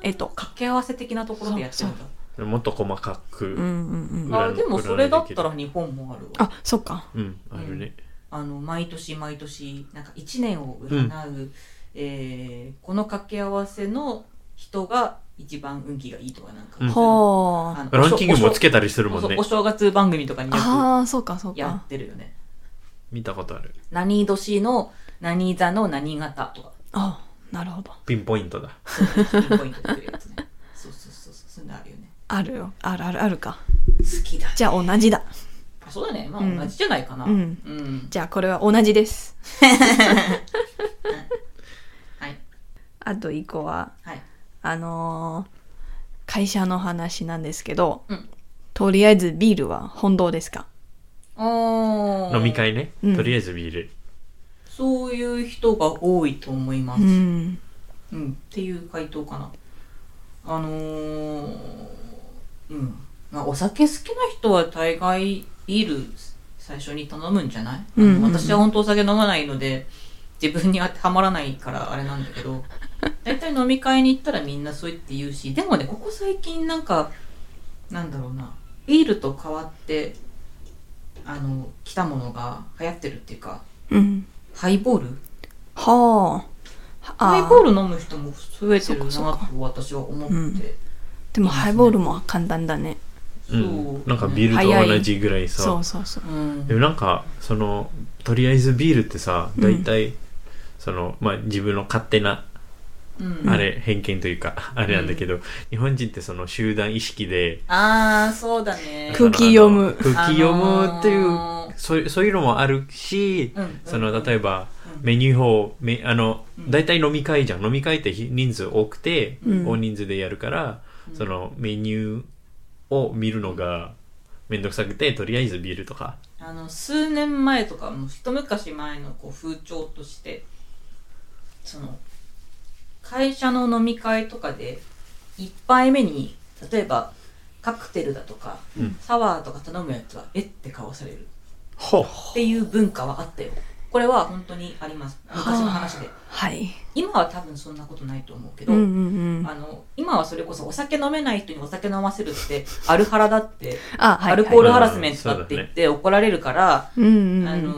[SPEAKER 2] ー
[SPEAKER 3] えっと。
[SPEAKER 2] 掛け合わせ的なところでやってるんだ。
[SPEAKER 4] もっと細かく。
[SPEAKER 3] うんうんうん。
[SPEAKER 4] そう
[SPEAKER 2] あでもそれだったら日本もあるわ。
[SPEAKER 3] あ、そっか。
[SPEAKER 4] うん、あるね。
[SPEAKER 2] あの毎年毎年なんか1年を占う、えーこの掛け合わせの人が一番運気がいいとかなんか、
[SPEAKER 4] うん
[SPEAKER 3] ほー。
[SPEAKER 2] あの
[SPEAKER 4] ランキングもつけたりする
[SPEAKER 2] お
[SPEAKER 4] も
[SPEAKER 2] 正
[SPEAKER 4] んね
[SPEAKER 2] お。正月番組とかによく
[SPEAKER 3] あー、そうかそう
[SPEAKER 2] や
[SPEAKER 3] か
[SPEAKER 2] っ。てるよね
[SPEAKER 4] 見たことある。
[SPEAKER 2] 何年の何座の何型とか
[SPEAKER 3] あ、なるほど。
[SPEAKER 4] ピンポイントだ。
[SPEAKER 2] ピンポイントで出るやつねそうそうそうそうそういうのあるよね
[SPEAKER 3] あるよ。あるあるあるか。
[SPEAKER 2] 好きだ
[SPEAKER 3] じゃあ同じだ。
[SPEAKER 2] あそうだねま
[SPEAKER 3] うん
[SPEAKER 2] あ同じじゃないかな
[SPEAKER 3] うん
[SPEAKER 2] うん
[SPEAKER 3] じゃあこれは同じです。
[SPEAKER 2] はい
[SPEAKER 3] あと一個は、
[SPEAKER 2] はい
[SPEAKER 3] あのー会社の話なんですけど、
[SPEAKER 2] うん
[SPEAKER 3] とりあえずビールは本当ですか
[SPEAKER 2] おー
[SPEAKER 4] 飲み会ね。
[SPEAKER 3] うん
[SPEAKER 4] とりあえずビール。
[SPEAKER 2] そういう人が多いと思います、
[SPEAKER 3] うん。
[SPEAKER 2] うん、っていう回答かな。あのー、うん。まあ、お酒好きな人は大概ビール最初に頼むんじゃない、
[SPEAKER 3] うんうんうん
[SPEAKER 2] 私は本当お酒飲まないので、自分に当てはまらないからあれなんだけ
[SPEAKER 3] *laughs*
[SPEAKER 2] ど、大体飲み会に行ったらみんなそう言って言うし、でもね、ここ最近なんか、なんだろうな、ビールと変わって、あの、来たものが流行ってるっていうか、
[SPEAKER 3] うん。
[SPEAKER 2] ハイボール
[SPEAKER 3] はあ。
[SPEAKER 2] ハイボール飲む人も増えてるな
[SPEAKER 3] そっかそっ
[SPEAKER 2] と私は思って、
[SPEAKER 3] うんでもハイボールも簡単だね。
[SPEAKER 4] うん。なんか
[SPEAKER 2] ー
[SPEAKER 4] ビールと同じぐらい
[SPEAKER 3] そ
[SPEAKER 4] さ
[SPEAKER 3] う。そうそう。
[SPEAKER 2] ル、うん
[SPEAKER 4] でもなんか、その、とりあえずビールってさ、
[SPEAKER 3] うん
[SPEAKER 4] 大体、その、まあ自分の勝手な、
[SPEAKER 2] うん
[SPEAKER 4] あれ、偏見というか、あれなんだけど、日本人ってその集団意識で、
[SPEAKER 2] ああそうだね
[SPEAKER 3] 空気読む
[SPEAKER 4] あの空気読むっていう、
[SPEAKER 2] あのー
[SPEAKER 4] そうそういうのもあるし、
[SPEAKER 2] うんうん
[SPEAKER 4] その例えば、
[SPEAKER 2] うん
[SPEAKER 4] メニュー法めあの、
[SPEAKER 2] うん
[SPEAKER 4] 大体飲み会じゃん飲み会ってひ人数多くて、
[SPEAKER 3] うん
[SPEAKER 4] 大人数でやるから、そのメニューを見るのがめんどくさくてとりあえずビールとか
[SPEAKER 2] あの数年前とかもう一昔前のこう風潮としてその会社の飲み会とかで一杯目に例えばカクテルだとか、
[SPEAKER 4] うん
[SPEAKER 2] サワーとか頼むやつはえって顔される
[SPEAKER 4] ほ
[SPEAKER 2] っていう文化はあったよこれは本当にあります昔の話で
[SPEAKER 3] はい。
[SPEAKER 2] 今は多分そんなことないと思うけ
[SPEAKER 3] う
[SPEAKER 2] ど、
[SPEAKER 3] んうんうん。
[SPEAKER 2] あの今はそれこそお酒飲めない人にお酒飲ませる
[SPEAKER 3] *laughs*
[SPEAKER 2] ってアルハラだって、
[SPEAKER 3] あ、はい。
[SPEAKER 2] アルコール
[SPEAKER 4] は
[SPEAKER 2] ハラスメントだって言って怒られるから、
[SPEAKER 3] い、うんうんうん。
[SPEAKER 2] あの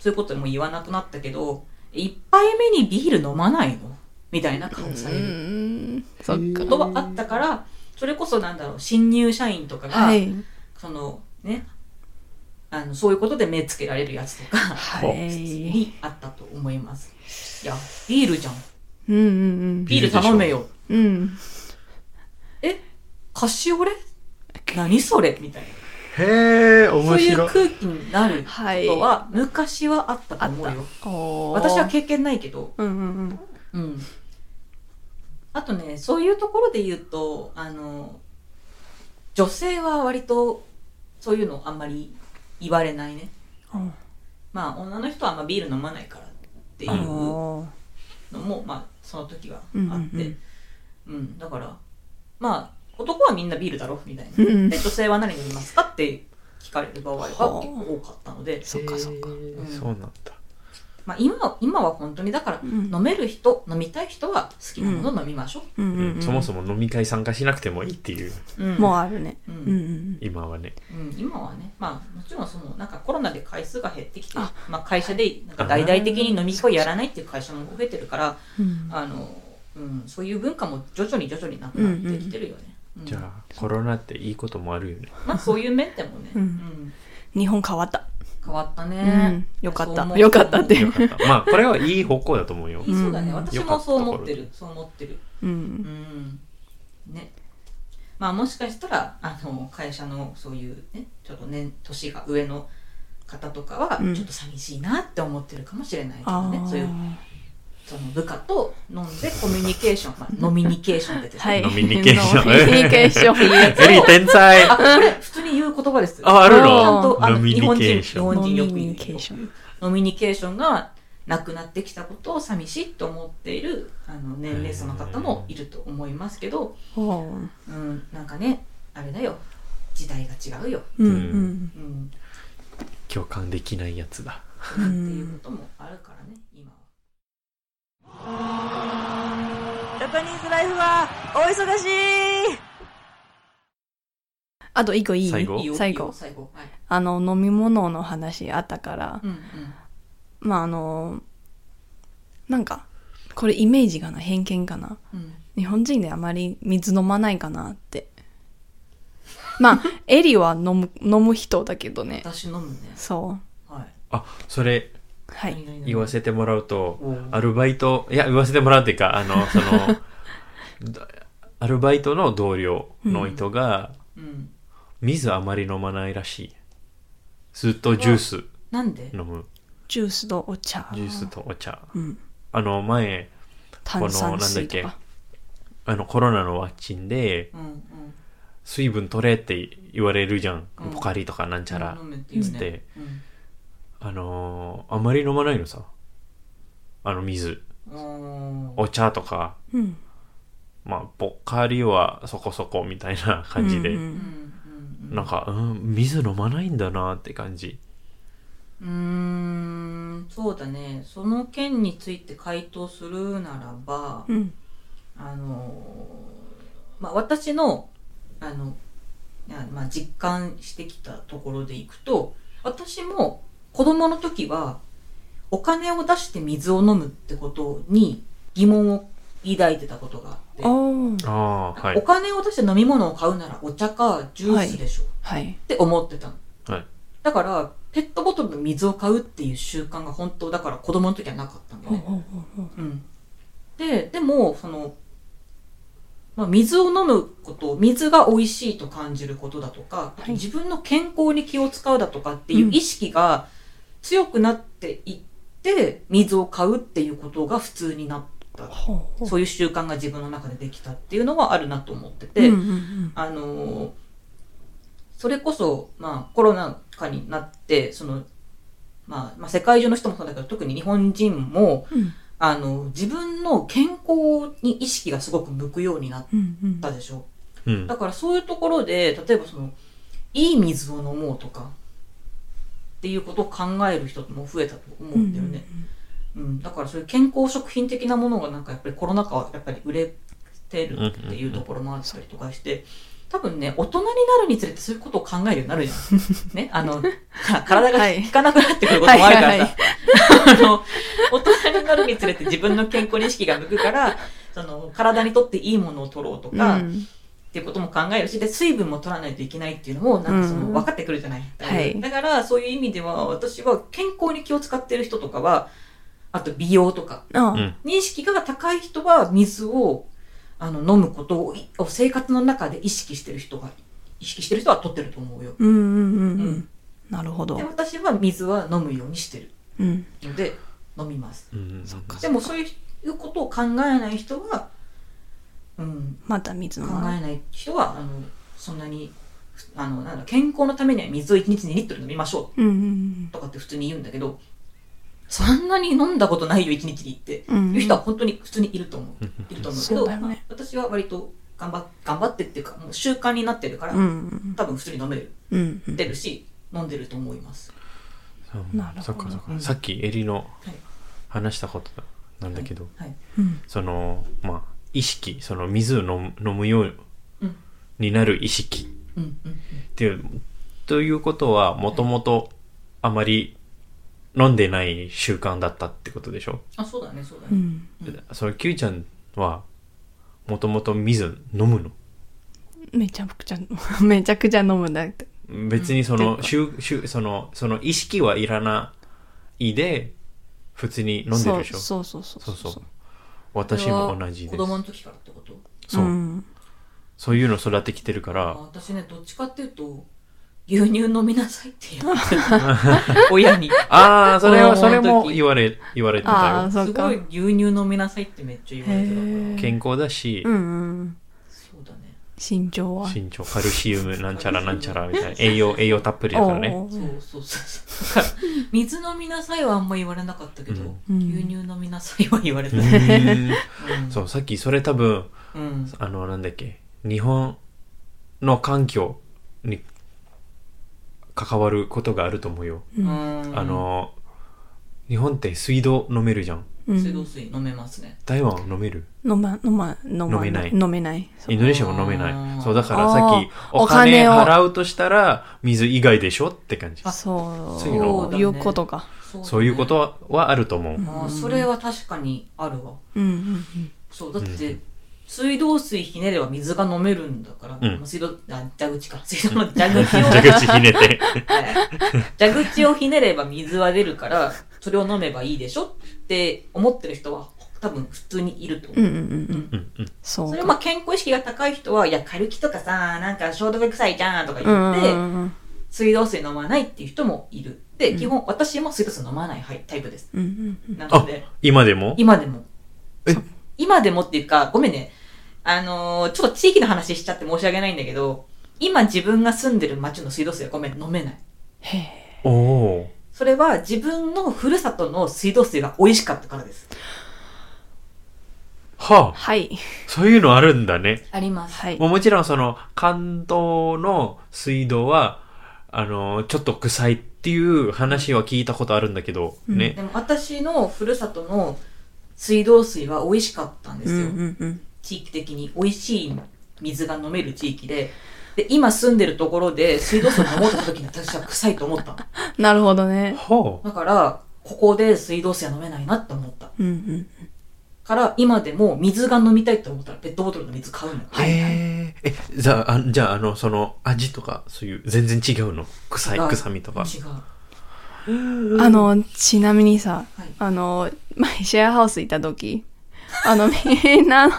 [SPEAKER 2] そういうことも言わなくなったけど一杯目にビール飲まないのみたいな顔さ
[SPEAKER 3] う
[SPEAKER 2] れる
[SPEAKER 3] ん。そっか。
[SPEAKER 2] ことはあったからそれこそなんだろう新入社員とかが、
[SPEAKER 3] はい。
[SPEAKER 2] そのねあのそういうことで目つけられるやつとか、
[SPEAKER 3] はい。
[SPEAKER 2] にあったと思います。いや、ビールじゃん。
[SPEAKER 3] うんうん
[SPEAKER 2] ビール頼めよ。
[SPEAKER 3] うん。うん。
[SPEAKER 2] え、カシオレ何それみたいな。
[SPEAKER 4] へえ
[SPEAKER 2] そ
[SPEAKER 4] 面
[SPEAKER 2] ういう
[SPEAKER 4] 白い
[SPEAKER 2] 空気になる
[SPEAKER 3] はい
[SPEAKER 2] ことは、昔はあったと思うよ。
[SPEAKER 3] おー
[SPEAKER 2] 私は経験ないけど。
[SPEAKER 3] うんうんうん。
[SPEAKER 2] うん。あとね、そういうところで言うと、あの、女性は割と、そういうのあんまり言われないね。
[SPEAKER 3] うん
[SPEAKER 2] まあ、女の人はあんまビール飲まないからっていう
[SPEAKER 3] あ
[SPEAKER 2] の
[SPEAKER 3] ー
[SPEAKER 2] も、まあ、その時はあって。
[SPEAKER 3] うんうん
[SPEAKER 2] うん、だから、まあ、男はみんなビールだろみたいな。
[SPEAKER 3] うん
[SPEAKER 2] で、女性は何飲みますかって聞かれる場合が結
[SPEAKER 3] はあ
[SPEAKER 2] 構多かったので、
[SPEAKER 3] そっかそっか
[SPEAKER 4] へー
[SPEAKER 2] うん
[SPEAKER 4] そうなんだ
[SPEAKER 2] まあ、今は、今は本当にだから、
[SPEAKER 3] ん
[SPEAKER 2] 飲める人、飲みたい人は好きなもの飲みましょう。
[SPEAKER 3] う
[SPEAKER 4] う
[SPEAKER 3] んうん
[SPEAKER 4] ん、
[SPEAKER 3] うん。
[SPEAKER 4] そもそも飲み会参加しなくてもいいっていう
[SPEAKER 2] うん
[SPEAKER 3] もうあるね。
[SPEAKER 2] う
[SPEAKER 3] うんうんん
[SPEAKER 4] 今はね
[SPEAKER 2] うん今はね、まあ、もちろんその、なんかコロナで回数が減ってきて、
[SPEAKER 3] あ
[SPEAKER 2] まあ、会社で、なんか大々的に飲み会やらないっていう会社も増えてるから、
[SPEAKER 3] うん。
[SPEAKER 2] あの、うん、そういう文化も徐々に徐々になくなってきてるよね。うん
[SPEAKER 4] じゃあコロナっていいこともあるよね
[SPEAKER 2] まあ、そういう面でもね、
[SPEAKER 3] うん
[SPEAKER 2] うん
[SPEAKER 3] 日本変わった。
[SPEAKER 2] 変わった
[SPEAKER 3] う
[SPEAKER 2] ね
[SPEAKER 3] ん。。よかっ
[SPEAKER 2] そう思
[SPEAKER 3] た。
[SPEAKER 2] う
[SPEAKER 3] よかったって。
[SPEAKER 4] よか
[SPEAKER 2] *laughs*
[SPEAKER 4] ったまあこれはいい方向だと思うよ
[SPEAKER 2] いいそうだね、
[SPEAKER 3] うん
[SPEAKER 2] 私
[SPEAKER 4] よか
[SPEAKER 2] も
[SPEAKER 4] った
[SPEAKER 2] そう思って
[SPEAKER 4] と
[SPEAKER 2] るそう思ってる
[SPEAKER 3] う。
[SPEAKER 2] うんんねまあもしかしたらあの会社のそういうねちょっと年年が上の方とかは
[SPEAKER 3] うん
[SPEAKER 2] ちょっと寂しいなって思ってるかもしれないけど
[SPEAKER 3] あ
[SPEAKER 2] ね、
[SPEAKER 3] あ。
[SPEAKER 2] そういうその部下と飲んでコミュニケーション、まあ、飲みニケーションって言って
[SPEAKER 3] はい。
[SPEAKER 4] 飲みニケーション
[SPEAKER 3] *laughs* 飲みニケーション。
[SPEAKER 4] *laughs* エリ天才
[SPEAKER 2] あこれ普通に言う言葉です
[SPEAKER 4] ああるの
[SPEAKER 2] ちゃんとあの
[SPEAKER 4] 飲み
[SPEAKER 2] 日
[SPEAKER 4] ニ
[SPEAKER 2] 本人
[SPEAKER 4] ケー
[SPEAKER 2] 日
[SPEAKER 4] ション
[SPEAKER 2] 本人よ
[SPEAKER 3] 飲
[SPEAKER 2] く
[SPEAKER 3] み
[SPEAKER 2] 言う
[SPEAKER 3] ニ
[SPEAKER 2] け
[SPEAKER 3] ケ
[SPEAKER 2] ど
[SPEAKER 3] ーション。
[SPEAKER 2] ノミニケーションがなくなってきたことを寂しいと思っているあの年齢層の方もいると思いますけど、
[SPEAKER 3] おー
[SPEAKER 2] うん、なんかねあれだよ時代が違うよ、
[SPEAKER 3] うん
[SPEAKER 4] う
[SPEAKER 3] うんん
[SPEAKER 2] うん、
[SPEAKER 4] 共感できないやつだ
[SPEAKER 3] う
[SPEAKER 2] っていうこ
[SPEAKER 3] ん
[SPEAKER 2] ともあるからね今は。
[SPEAKER 5] ジャパニーズライフは大忙しい
[SPEAKER 3] あと一個いい
[SPEAKER 4] 最後
[SPEAKER 2] いいよ
[SPEAKER 3] 最
[SPEAKER 2] いいよ
[SPEAKER 3] 後
[SPEAKER 2] 最後はい、
[SPEAKER 3] あの飲み物の話あったから
[SPEAKER 2] うんうん、
[SPEAKER 3] まああのなんかこれイメージかな偏見かな
[SPEAKER 2] うん
[SPEAKER 3] 日本人であまり水飲まないかなって
[SPEAKER 4] *laughs*
[SPEAKER 3] まあエリは飲む飲む人だけどね
[SPEAKER 2] 私飲むね
[SPEAKER 3] そ
[SPEAKER 2] はい
[SPEAKER 4] あそれ
[SPEAKER 3] うはい
[SPEAKER 2] 何々々
[SPEAKER 4] 言わせてもらうと
[SPEAKER 2] おう
[SPEAKER 4] アルバイトいや言わせてもらうっていうかあ *laughs* のそのアルバイトの同僚の人が、
[SPEAKER 2] うん
[SPEAKER 4] 水あまり飲まないらしいずっとジュース
[SPEAKER 2] なんで
[SPEAKER 4] 飲む
[SPEAKER 3] ジュースとお茶
[SPEAKER 4] ジュースとお茶
[SPEAKER 3] うん
[SPEAKER 4] あの前
[SPEAKER 3] 炭酸水と
[SPEAKER 4] このなんだ
[SPEAKER 3] か
[SPEAKER 4] っあのコロナのワクチンで
[SPEAKER 2] うんうん
[SPEAKER 4] 水分取れって言われるじゃん、
[SPEAKER 2] うん
[SPEAKER 4] ポカリとかなんちゃら
[SPEAKER 2] 飲むっていう
[SPEAKER 4] つっ
[SPEAKER 2] ね
[SPEAKER 4] て、
[SPEAKER 2] うん
[SPEAKER 4] あのーあんまり飲まないのさあの水
[SPEAKER 2] おー
[SPEAKER 4] お茶とか
[SPEAKER 3] うん
[SPEAKER 4] まあポカリはそこそこみたいな感じで、
[SPEAKER 3] うんう
[SPEAKER 2] うん
[SPEAKER 3] ん
[SPEAKER 2] うんうん
[SPEAKER 4] なんか、うん、水飲まないんだなって感じ
[SPEAKER 2] うーんそうだねその件について回答するならば、
[SPEAKER 3] うん
[SPEAKER 2] あのーまあ私のあの、いやまあ、実感してきたところでいくと私も子供の時はお金を出して水を飲むってことに疑問を抱いてたことがあって
[SPEAKER 3] おー
[SPEAKER 4] ああは
[SPEAKER 2] お
[SPEAKER 4] い
[SPEAKER 2] 金を出して飲み物を買うならお茶かジュースでしょ、
[SPEAKER 3] はい
[SPEAKER 2] って思ってたの、
[SPEAKER 4] はい
[SPEAKER 2] だからペットボトルの水を買うっていう習慣が本当だから子供の時はなかったんだよ
[SPEAKER 3] ほう
[SPEAKER 2] ね、
[SPEAKER 3] ほうほうほう
[SPEAKER 2] うん、ででもその、まあ、水を飲むこと水が美味しいと感じることだとか、
[SPEAKER 3] はい
[SPEAKER 2] 自分の健康に気を使うだとかっていう
[SPEAKER 3] うん
[SPEAKER 2] 意識が強くなっていって、水を買うっていうことが普通になった
[SPEAKER 3] ほうほう
[SPEAKER 2] そういう習慣が自分の中でできたっていうのはあるなと思ってて、
[SPEAKER 3] うんうんうん
[SPEAKER 2] あのーそれこそ、まあ、コロナ禍になってその、まあ、まあ世界中の人もそうだけど特に日本人も
[SPEAKER 3] うん
[SPEAKER 2] あの自分の健康に意識がすごく向くようになっ
[SPEAKER 3] うんうん
[SPEAKER 2] たでしょ
[SPEAKER 4] うん
[SPEAKER 2] だからそういうところで例えばそのいい水を飲もうとかっていうことを考える人も増えたと思うんだよね、うんだからそういう健康食品的なものがなんかやっぱりコロナ禍はやっぱり売れてるっていうところもあったりとかして多分ね大人になるにつれてそういうことを考えるようになるじゃん
[SPEAKER 3] *laughs*
[SPEAKER 2] ねあの体が効かなくなってくることもあるからさ、
[SPEAKER 3] はいはいはい
[SPEAKER 2] あの、大人になるにつれて自分の健康に意識が向くから、その、体にとっていいものを取ろうとか、
[SPEAKER 3] う
[SPEAKER 2] っ
[SPEAKER 3] ん
[SPEAKER 2] ていうことも考えるし、で、水分も取らないといけないっていうのも、なんかその、
[SPEAKER 3] うん
[SPEAKER 2] 分かってくるじゃない。
[SPEAKER 3] はい
[SPEAKER 2] だから、そういう意味では、私は健康に気を使ってる人とかは、あと美容とか、
[SPEAKER 3] あ
[SPEAKER 4] うん
[SPEAKER 2] 認識が高い人は水を、あの、飲むことを、いを生活の中で意識してる人が、意識してる人は取ってると思うよ。
[SPEAKER 3] うんうんうんう
[SPEAKER 2] うんん
[SPEAKER 3] なるほど
[SPEAKER 2] で、私は水は飲むようにしてる
[SPEAKER 3] うん
[SPEAKER 2] ので、飲みます。
[SPEAKER 4] うん
[SPEAKER 2] でもそういうことを考えない人は、うん、
[SPEAKER 3] また水
[SPEAKER 2] 考
[SPEAKER 3] 飲
[SPEAKER 2] え
[SPEAKER 3] まない
[SPEAKER 2] ない人はあのそんなにあのなんだ健康のためには水を1日2リットル飲みましょ
[SPEAKER 3] うん
[SPEAKER 2] うとかって普通に言うんだけどそんなに飲んだことないよ1日にって、
[SPEAKER 3] うんうんうん
[SPEAKER 2] いう人は本当に普通にいると思
[SPEAKER 4] う
[SPEAKER 2] う、
[SPEAKER 4] ん
[SPEAKER 2] いると思うけ
[SPEAKER 3] そう
[SPEAKER 2] ど、
[SPEAKER 3] だよね
[SPEAKER 2] 私は割と頑張っ頑張ってっていうかもう習慣になってるから、
[SPEAKER 3] うん
[SPEAKER 2] 多分普通に飲める
[SPEAKER 3] うんうん
[SPEAKER 2] 出るし飲んでると思います、
[SPEAKER 4] うん
[SPEAKER 3] なるほど
[SPEAKER 4] そっかそっ
[SPEAKER 2] う
[SPEAKER 4] か
[SPEAKER 2] ん
[SPEAKER 4] さっきエリの
[SPEAKER 2] はい
[SPEAKER 4] 話したことなんだけど、
[SPEAKER 2] はい、
[SPEAKER 3] うん
[SPEAKER 4] そのまあ意識その水を飲む飲むよう
[SPEAKER 2] うん
[SPEAKER 4] になる意識
[SPEAKER 2] うんうん
[SPEAKER 4] っていうということはもともとあまり飲んでない習慣だったってことでしょ、
[SPEAKER 2] あそうだねそうだ
[SPEAKER 3] う
[SPEAKER 2] ね、
[SPEAKER 3] ん
[SPEAKER 4] そのキュウちゃんはもともと水飲むの
[SPEAKER 3] めちゃくちゃ *laughs* めちゃくちゃ飲むんだって
[SPEAKER 4] 別にその,、
[SPEAKER 3] うん
[SPEAKER 4] しゅしゅそのその意識はいらないで普通に飲んでるでしょ
[SPEAKER 3] そうそうそう
[SPEAKER 4] そうそう私も同じ
[SPEAKER 2] そ
[SPEAKER 4] です
[SPEAKER 2] れは子供の時からってこと
[SPEAKER 4] そう、
[SPEAKER 3] ん
[SPEAKER 4] そういうの育ってきてるから
[SPEAKER 2] 私ねどっちかっていうと牛乳飲みなさいって
[SPEAKER 3] *laughs*
[SPEAKER 2] 言われてた親に
[SPEAKER 4] ああそれは
[SPEAKER 2] 子
[SPEAKER 4] そ
[SPEAKER 2] 供の
[SPEAKER 4] れ
[SPEAKER 2] 時
[SPEAKER 4] も言われ言われて
[SPEAKER 3] あ
[SPEAKER 4] た
[SPEAKER 3] あ
[SPEAKER 4] よ
[SPEAKER 3] そ
[SPEAKER 2] す
[SPEAKER 3] うか
[SPEAKER 2] ごい牛乳飲みなさいってめっちゃ言われてたから
[SPEAKER 3] へー
[SPEAKER 4] 健康だし、
[SPEAKER 3] うんうん
[SPEAKER 2] そうだね
[SPEAKER 3] 身長は
[SPEAKER 4] 身長カルシウムなんちゃらなんちゃらみたいな栄養栄養たっぷりだからね
[SPEAKER 3] お
[SPEAKER 2] そう
[SPEAKER 3] ー
[SPEAKER 2] そうそうだから水飲みなさいはあんま言われなかったけど、
[SPEAKER 3] うん
[SPEAKER 2] 牛乳飲みなさいは言われた、
[SPEAKER 4] う
[SPEAKER 2] うん
[SPEAKER 4] ーんそうさっきそれ多分
[SPEAKER 2] うん
[SPEAKER 4] あのなんだっけ日本の環境に関わることがあると思うよ。
[SPEAKER 3] うん
[SPEAKER 2] うん
[SPEAKER 4] あの、日本って水道飲めるじゃん。
[SPEAKER 3] うん
[SPEAKER 2] 水道水飲めますね
[SPEAKER 4] 台湾は飲める
[SPEAKER 3] 飲ま、飲ま、飲ま
[SPEAKER 4] 飲めない
[SPEAKER 3] 飲めない。そう
[SPEAKER 4] インドネシアも飲め
[SPEAKER 2] あ
[SPEAKER 4] な
[SPEAKER 2] ー
[SPEAKER 4] い。そう、だからさっき、
[SPEAKER 3] あー
[SPEAKER 4] お金
[SPEAKER 3] お金を
[SPEAKER 4] 払うとしたら、水以外でしょって感じ。
[SPEAKER 3] そう
[SPEAKER 4] そういうの
[SPEAKER 2] そうだね
[SPEAKER 3] いうことか。
[SPEAKER 2] そだね
[SPEAKER 4] そういうことははあると思う。
[SPEAKER 2] あーそれは確かにあるわ
[SPEAKER 3] うんうんうん。
[SPEAKER 2] そうだっ
[SPEAKER 4] う
[SPEAKER 2] て水道水ひねれば水が飲めるんだから、
[SPEAKER 4] うん
[SPEAKER 2] まあ水道あ蛇口か水道の
[SPEAKER 4] *laughs*
[SPEAKER 2] 蛇口を
[SPEAKER 4] 蛇口ひねて。
[SPEAKER 2] はい蛇口をひねれば水は出るからそれを飲めばいいでしょって思ってる人は多分普通にいると思う
[SPEAKER 3] うんうんうん
[SPEAKER 4] う
[SPEAKER 3] うん。
[SPEAKER 4] んうん
[SPEAKER 3] そ
[SPEAKER 2] そうれはま
[SPEAKER 3] か。
[SPEAKER 2] あ健康意識が高い人は、いや、軽気とかさ、なんか消毒臭いじゃんとか
[SPEAKER 3] うんうん
[SPEAKER 2] 言
[SPEAKER 3] う
[SPEAKER 2] って、
[SPEAKER 3] んうん。
[SPEAKER 2] 水道水飲まないっていう人もいる。で、基本、私も水道水飲まないはいタイプです。
[SPEAKER 3] うんうんうん
[SPEAKER 2] なので、
[SPEAKER 4] 今でも
[SPEAKER 2] 今でも。
[SPEAKER 4] え
[SPEAKER 2] 今でもっていうか、ごめんね。あのーちょっと地域の話しちゃって申し訳ないんだけど、今自分が住んでる町の水道水はごめん、飲めない。
[SPEAKER 3] へえ。
[SPEAKER 4] おお
[SPEAKER 2] それは自分のふるさとの水道水が美味しかったからです。
[SPEAKER 4] ー。はあ、
[SPEAKER 3] はい。
[SPEAKER 4] そういうのあるんだね。
[SPEAKER 2] あります。
[SPEAKER 3] はい。
[SPEAKER 4] もうもちろんその、関東の水道は、あの、ちょっと臭いっていう話は聞いたことあるんだけど、
[SPEAKER 3] うん
[SPEAKER 4] ね。
[SPEAKER 2] でも私のふるさとの水道水は美味しかったんで
[SPEAKER 3] う
[SPEAKER 2] す
[SPEAKER 3] ん
[SPEAKER 2] よ。
[SPEAKER 3] うんうん。
[SPEAKER 2] 地域的に美味しい水が飲める地域で、で、今住んでるところで水道水を飲もうとした時に私は臭いと
[SPEAKER 4] *laughs*
[SPEAKER 2] 思ったの。
[SPEAKER 3] なるほどね。
[SPEAKER 4] ほう。
[SPEAKER 2] だから、ここで水道水は飲めないなって思った。
[SPEAKER 3] うんうん。
[SPEAKER 2] から、今でも水が飲みたいって思ったらペットボトルの水買うの。
[SPEAKER 4] へえ。え、じゃあ、あじゃあ、あの、その、味とか、そういう、全然違うの。臭い、
[SPEAKER 2] 違う
[SPEAKER 4] 臭みとか。
[SPEAKER 2] 違う。
[SPEAKER 3] あの、ちなみにさ
[SPEAKER 2] はい、
[SPEAKER 3] あの、前シェアハウス行った時、あの、みんなの、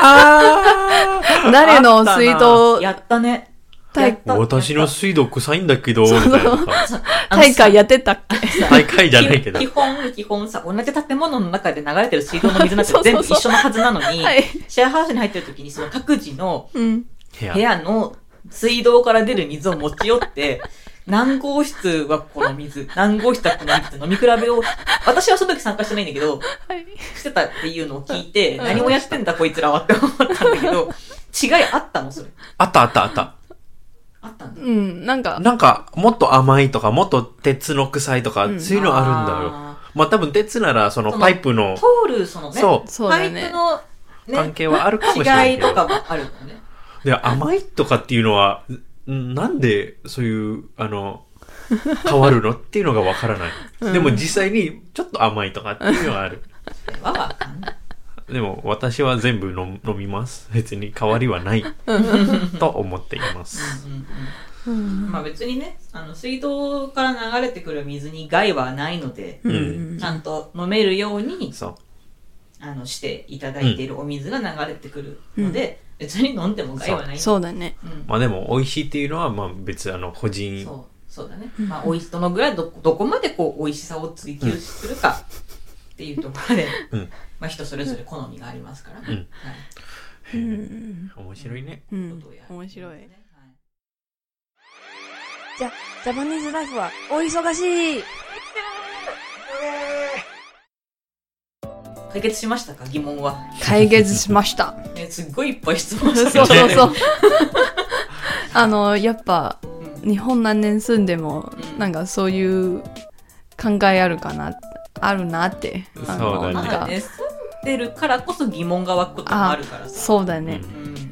[SPEAKER 4] あー
[SPEAKER 3] *laughs* 誰の水。
[SPEAKER 2] あ
[SPEAKER 3] 筒
[SPEAKER 2] やったね。
[SPEAKER 3] 大
[SPEAKER 2] やった
[SPEAKER 4] 私の
[SPEAKER 2] やっ
[SPEAKER 4] 水道臭いんだけど、みたいなとか。
[SPEAKER 2] たあの
[SPEAKER 4] *laughs*
[SPEAKER 3] 大会やってたっけ、
[SPEAKER 2] *laughs* さ
[SPEAKER 4] 大会じゃないけど
[SPEAKER 2] 基。本、基本さ、同じ建物の中で流れてる水道の水なんて
[SPEAKER 4] *laughs*
[SPEAKER 2] 全部一緒のはずなのに
[SPEAKER 3] はい。
[SPEAKER 2] シェアハウスに入ってる時にその各自の
[SPEAKER 3] *laughs* うん。
[SPEAKER 4] 部屋
[SPEAKER 2] 部屋の水道から出る水を持ち寄って、 *laughs* 何号室はこの水、何号室はこの水って飲み比べを、私はその時参加してないんだけど、
[SPEAKER 3] はい。
[SPEAKER 2] してたっていうのを聞いて、
[SPEAKER 3] うん
[SPEAKER 2] 何をやってんだこいつらはって思ったんだけど、違いあったのそれ。
[SPEAKER 4] あったあったあった。
[SPEAKER 2] あったんだ。
[SPEAKER 3] うん、なんか、
[SPEAKER 4] なんか、もっと甘いとか、もっと鉄の臭いとか、
[SPEAKER 3] うん
[SPEAKER 4] そういうのあるんだよ。
[SPEAKER 2] あ
[SPEAKER 4] まあ多分鉄なら、その
[SPEAKER 2] その
[SPEAKER 4] パイプの
[SPEAKER 2] ー。通る、そのね、
[SPEAKER 4] そう
[SPEAKER 3] そう
[SPEAKER 2] パ
[SPEAKER 3] だ
[SPEAKER 2] イプ
[SPEAKER 3] ね。
[SPEAKER 2] の、
[SPEAKER 4] 関
[SPEAKER 2] ね、
[SPEAKER 4] 係はあるかもしれない
[SPEAKER 2] 違
[SPEAKER 4] け
[SPEAKER 2] い
[SPEAKER 4] ど
[SPEAKER 2] とか
[SPEAKER 3] *laughs*
[SPEAKER 2] もあるのね。
[SPEAKER 4] で、甘いとかっていうのは、んなんでそういう、あの、変わるのっていうのがわからない。
[SPEAKER 3] うん
[SPEAKER 4] でも実際にちょっと甘いとかっていうのはあ
[SPEAKER 3] *laughs*
[SPEAKER 4] る。
[SPEAKER 2] それはわかんない。
[SPEAKER 4] でも私は全部飲飲みます。別に変わりはない。と思っています。
[SPEAKER 2] うんうん
[SPEAKER 3] う
[SPEAKER 2] うん
[SPEAKER 3] ん
[SPEAKER 2] まあ別にね、あの、水道から流れてくる水に害はないので、
[SPEAKER 3] うん
[SPEAKER 2] ちゃんと飲めるように、
[SPEAKER 4] そう。
[SPEAKER 2] あのしていただいているお水が流れてくるので、別に飲んでも害はない
[SPEAKER 3] そうだね。
[SPEAKER 2] うん
[SPEAKER 4] まあでも美味しいっていうのは、まあ別、あの、個人
[SPEAKER 2] そうそうだね、まあおいどのぐらいどどこまでこう美味しさを追求するかっていうところで、
[SPEAKER 4] うん
[SPEAKER 2] まあ人それぞれ好みがありますから、
[SPEAKER 4] ん
[SPEAKER 2] はい、
[SPEAKER 3] うん。
[SPEAKER 4] 面白いね。
[SPEAKER 3] う
[SPEAKER 2] こ
[SPEAKER 3] ん
[SPEAKER 2] とをやる
[SPEAKER 3] 面白い。
[SPEAKER 2] は
[SPEAKER 5] じゃ、ジャパニーズライフは大忙しい
[SPEAKER 2] 解決しましたか疑問は、
[SPEAKER 3] 解決しました。
[SPEAKER 2] ね、すっごいいっぱい質問
[SPEAKER 3] そう
[SPEAKER 2] し
[SPEAKER 3] そ
[SPEAKER 2] て
[SPEAKER 3] う
[SPEAKER 2] くれて
[SPEAKER 3] そう。 *laughs* あの、やっぱ、
[SPEAKER 2] うん
[SPEAKER 3] 日本何年住んでも、
[SPEAKER 2] うん
[SPEAKER 3] なんかそういう考えあるかな、あるなって。あの
[SPEAKER 4] そうだね
[SPEAKER 3] な
[SPEAKER 2] ま
[SPEAKER 3] ん
[SPEAKER 2] あ
[SPEAKER 3] か
[SPEAKER 2] ね、住んでるからこそ疑問が湧くこともあるからさ
[SPEAKER 3] そうだね。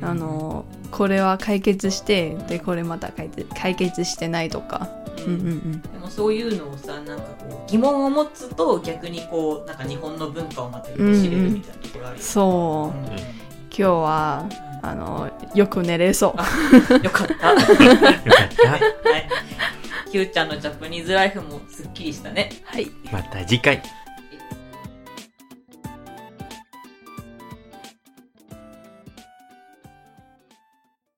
[SPEAKER 2] うん
[SPEAKER 3] あの、これは解決して、で、これまた解決解決してないとか。
[SPEAKER 2] う
[SPEAKER 3] うんんうんうん。
[SPEAKER 2] でもそういうのをさなんかこう疑問を持つと逆にこうなんか日本の文化をまたより知れるみたいなところあるよね、
[SPEAKER 3] そうう。
[SPEAKER 2] ん
[SPEAKER 4] うん
[SPEAKER 3] 今日は、あの、よく寝れそう。
[SPEAKER 2] よかった。は
[SPEAKER 3] *laughs*
[SPEAKER 2] い。
[SPEAKER 4] よかった。
[SPEAKER 2] キューちゃんのジャパニーズライフもすっきりしたね。
[SPEAKER 3] はい。
[SPEAKER 4] また次回。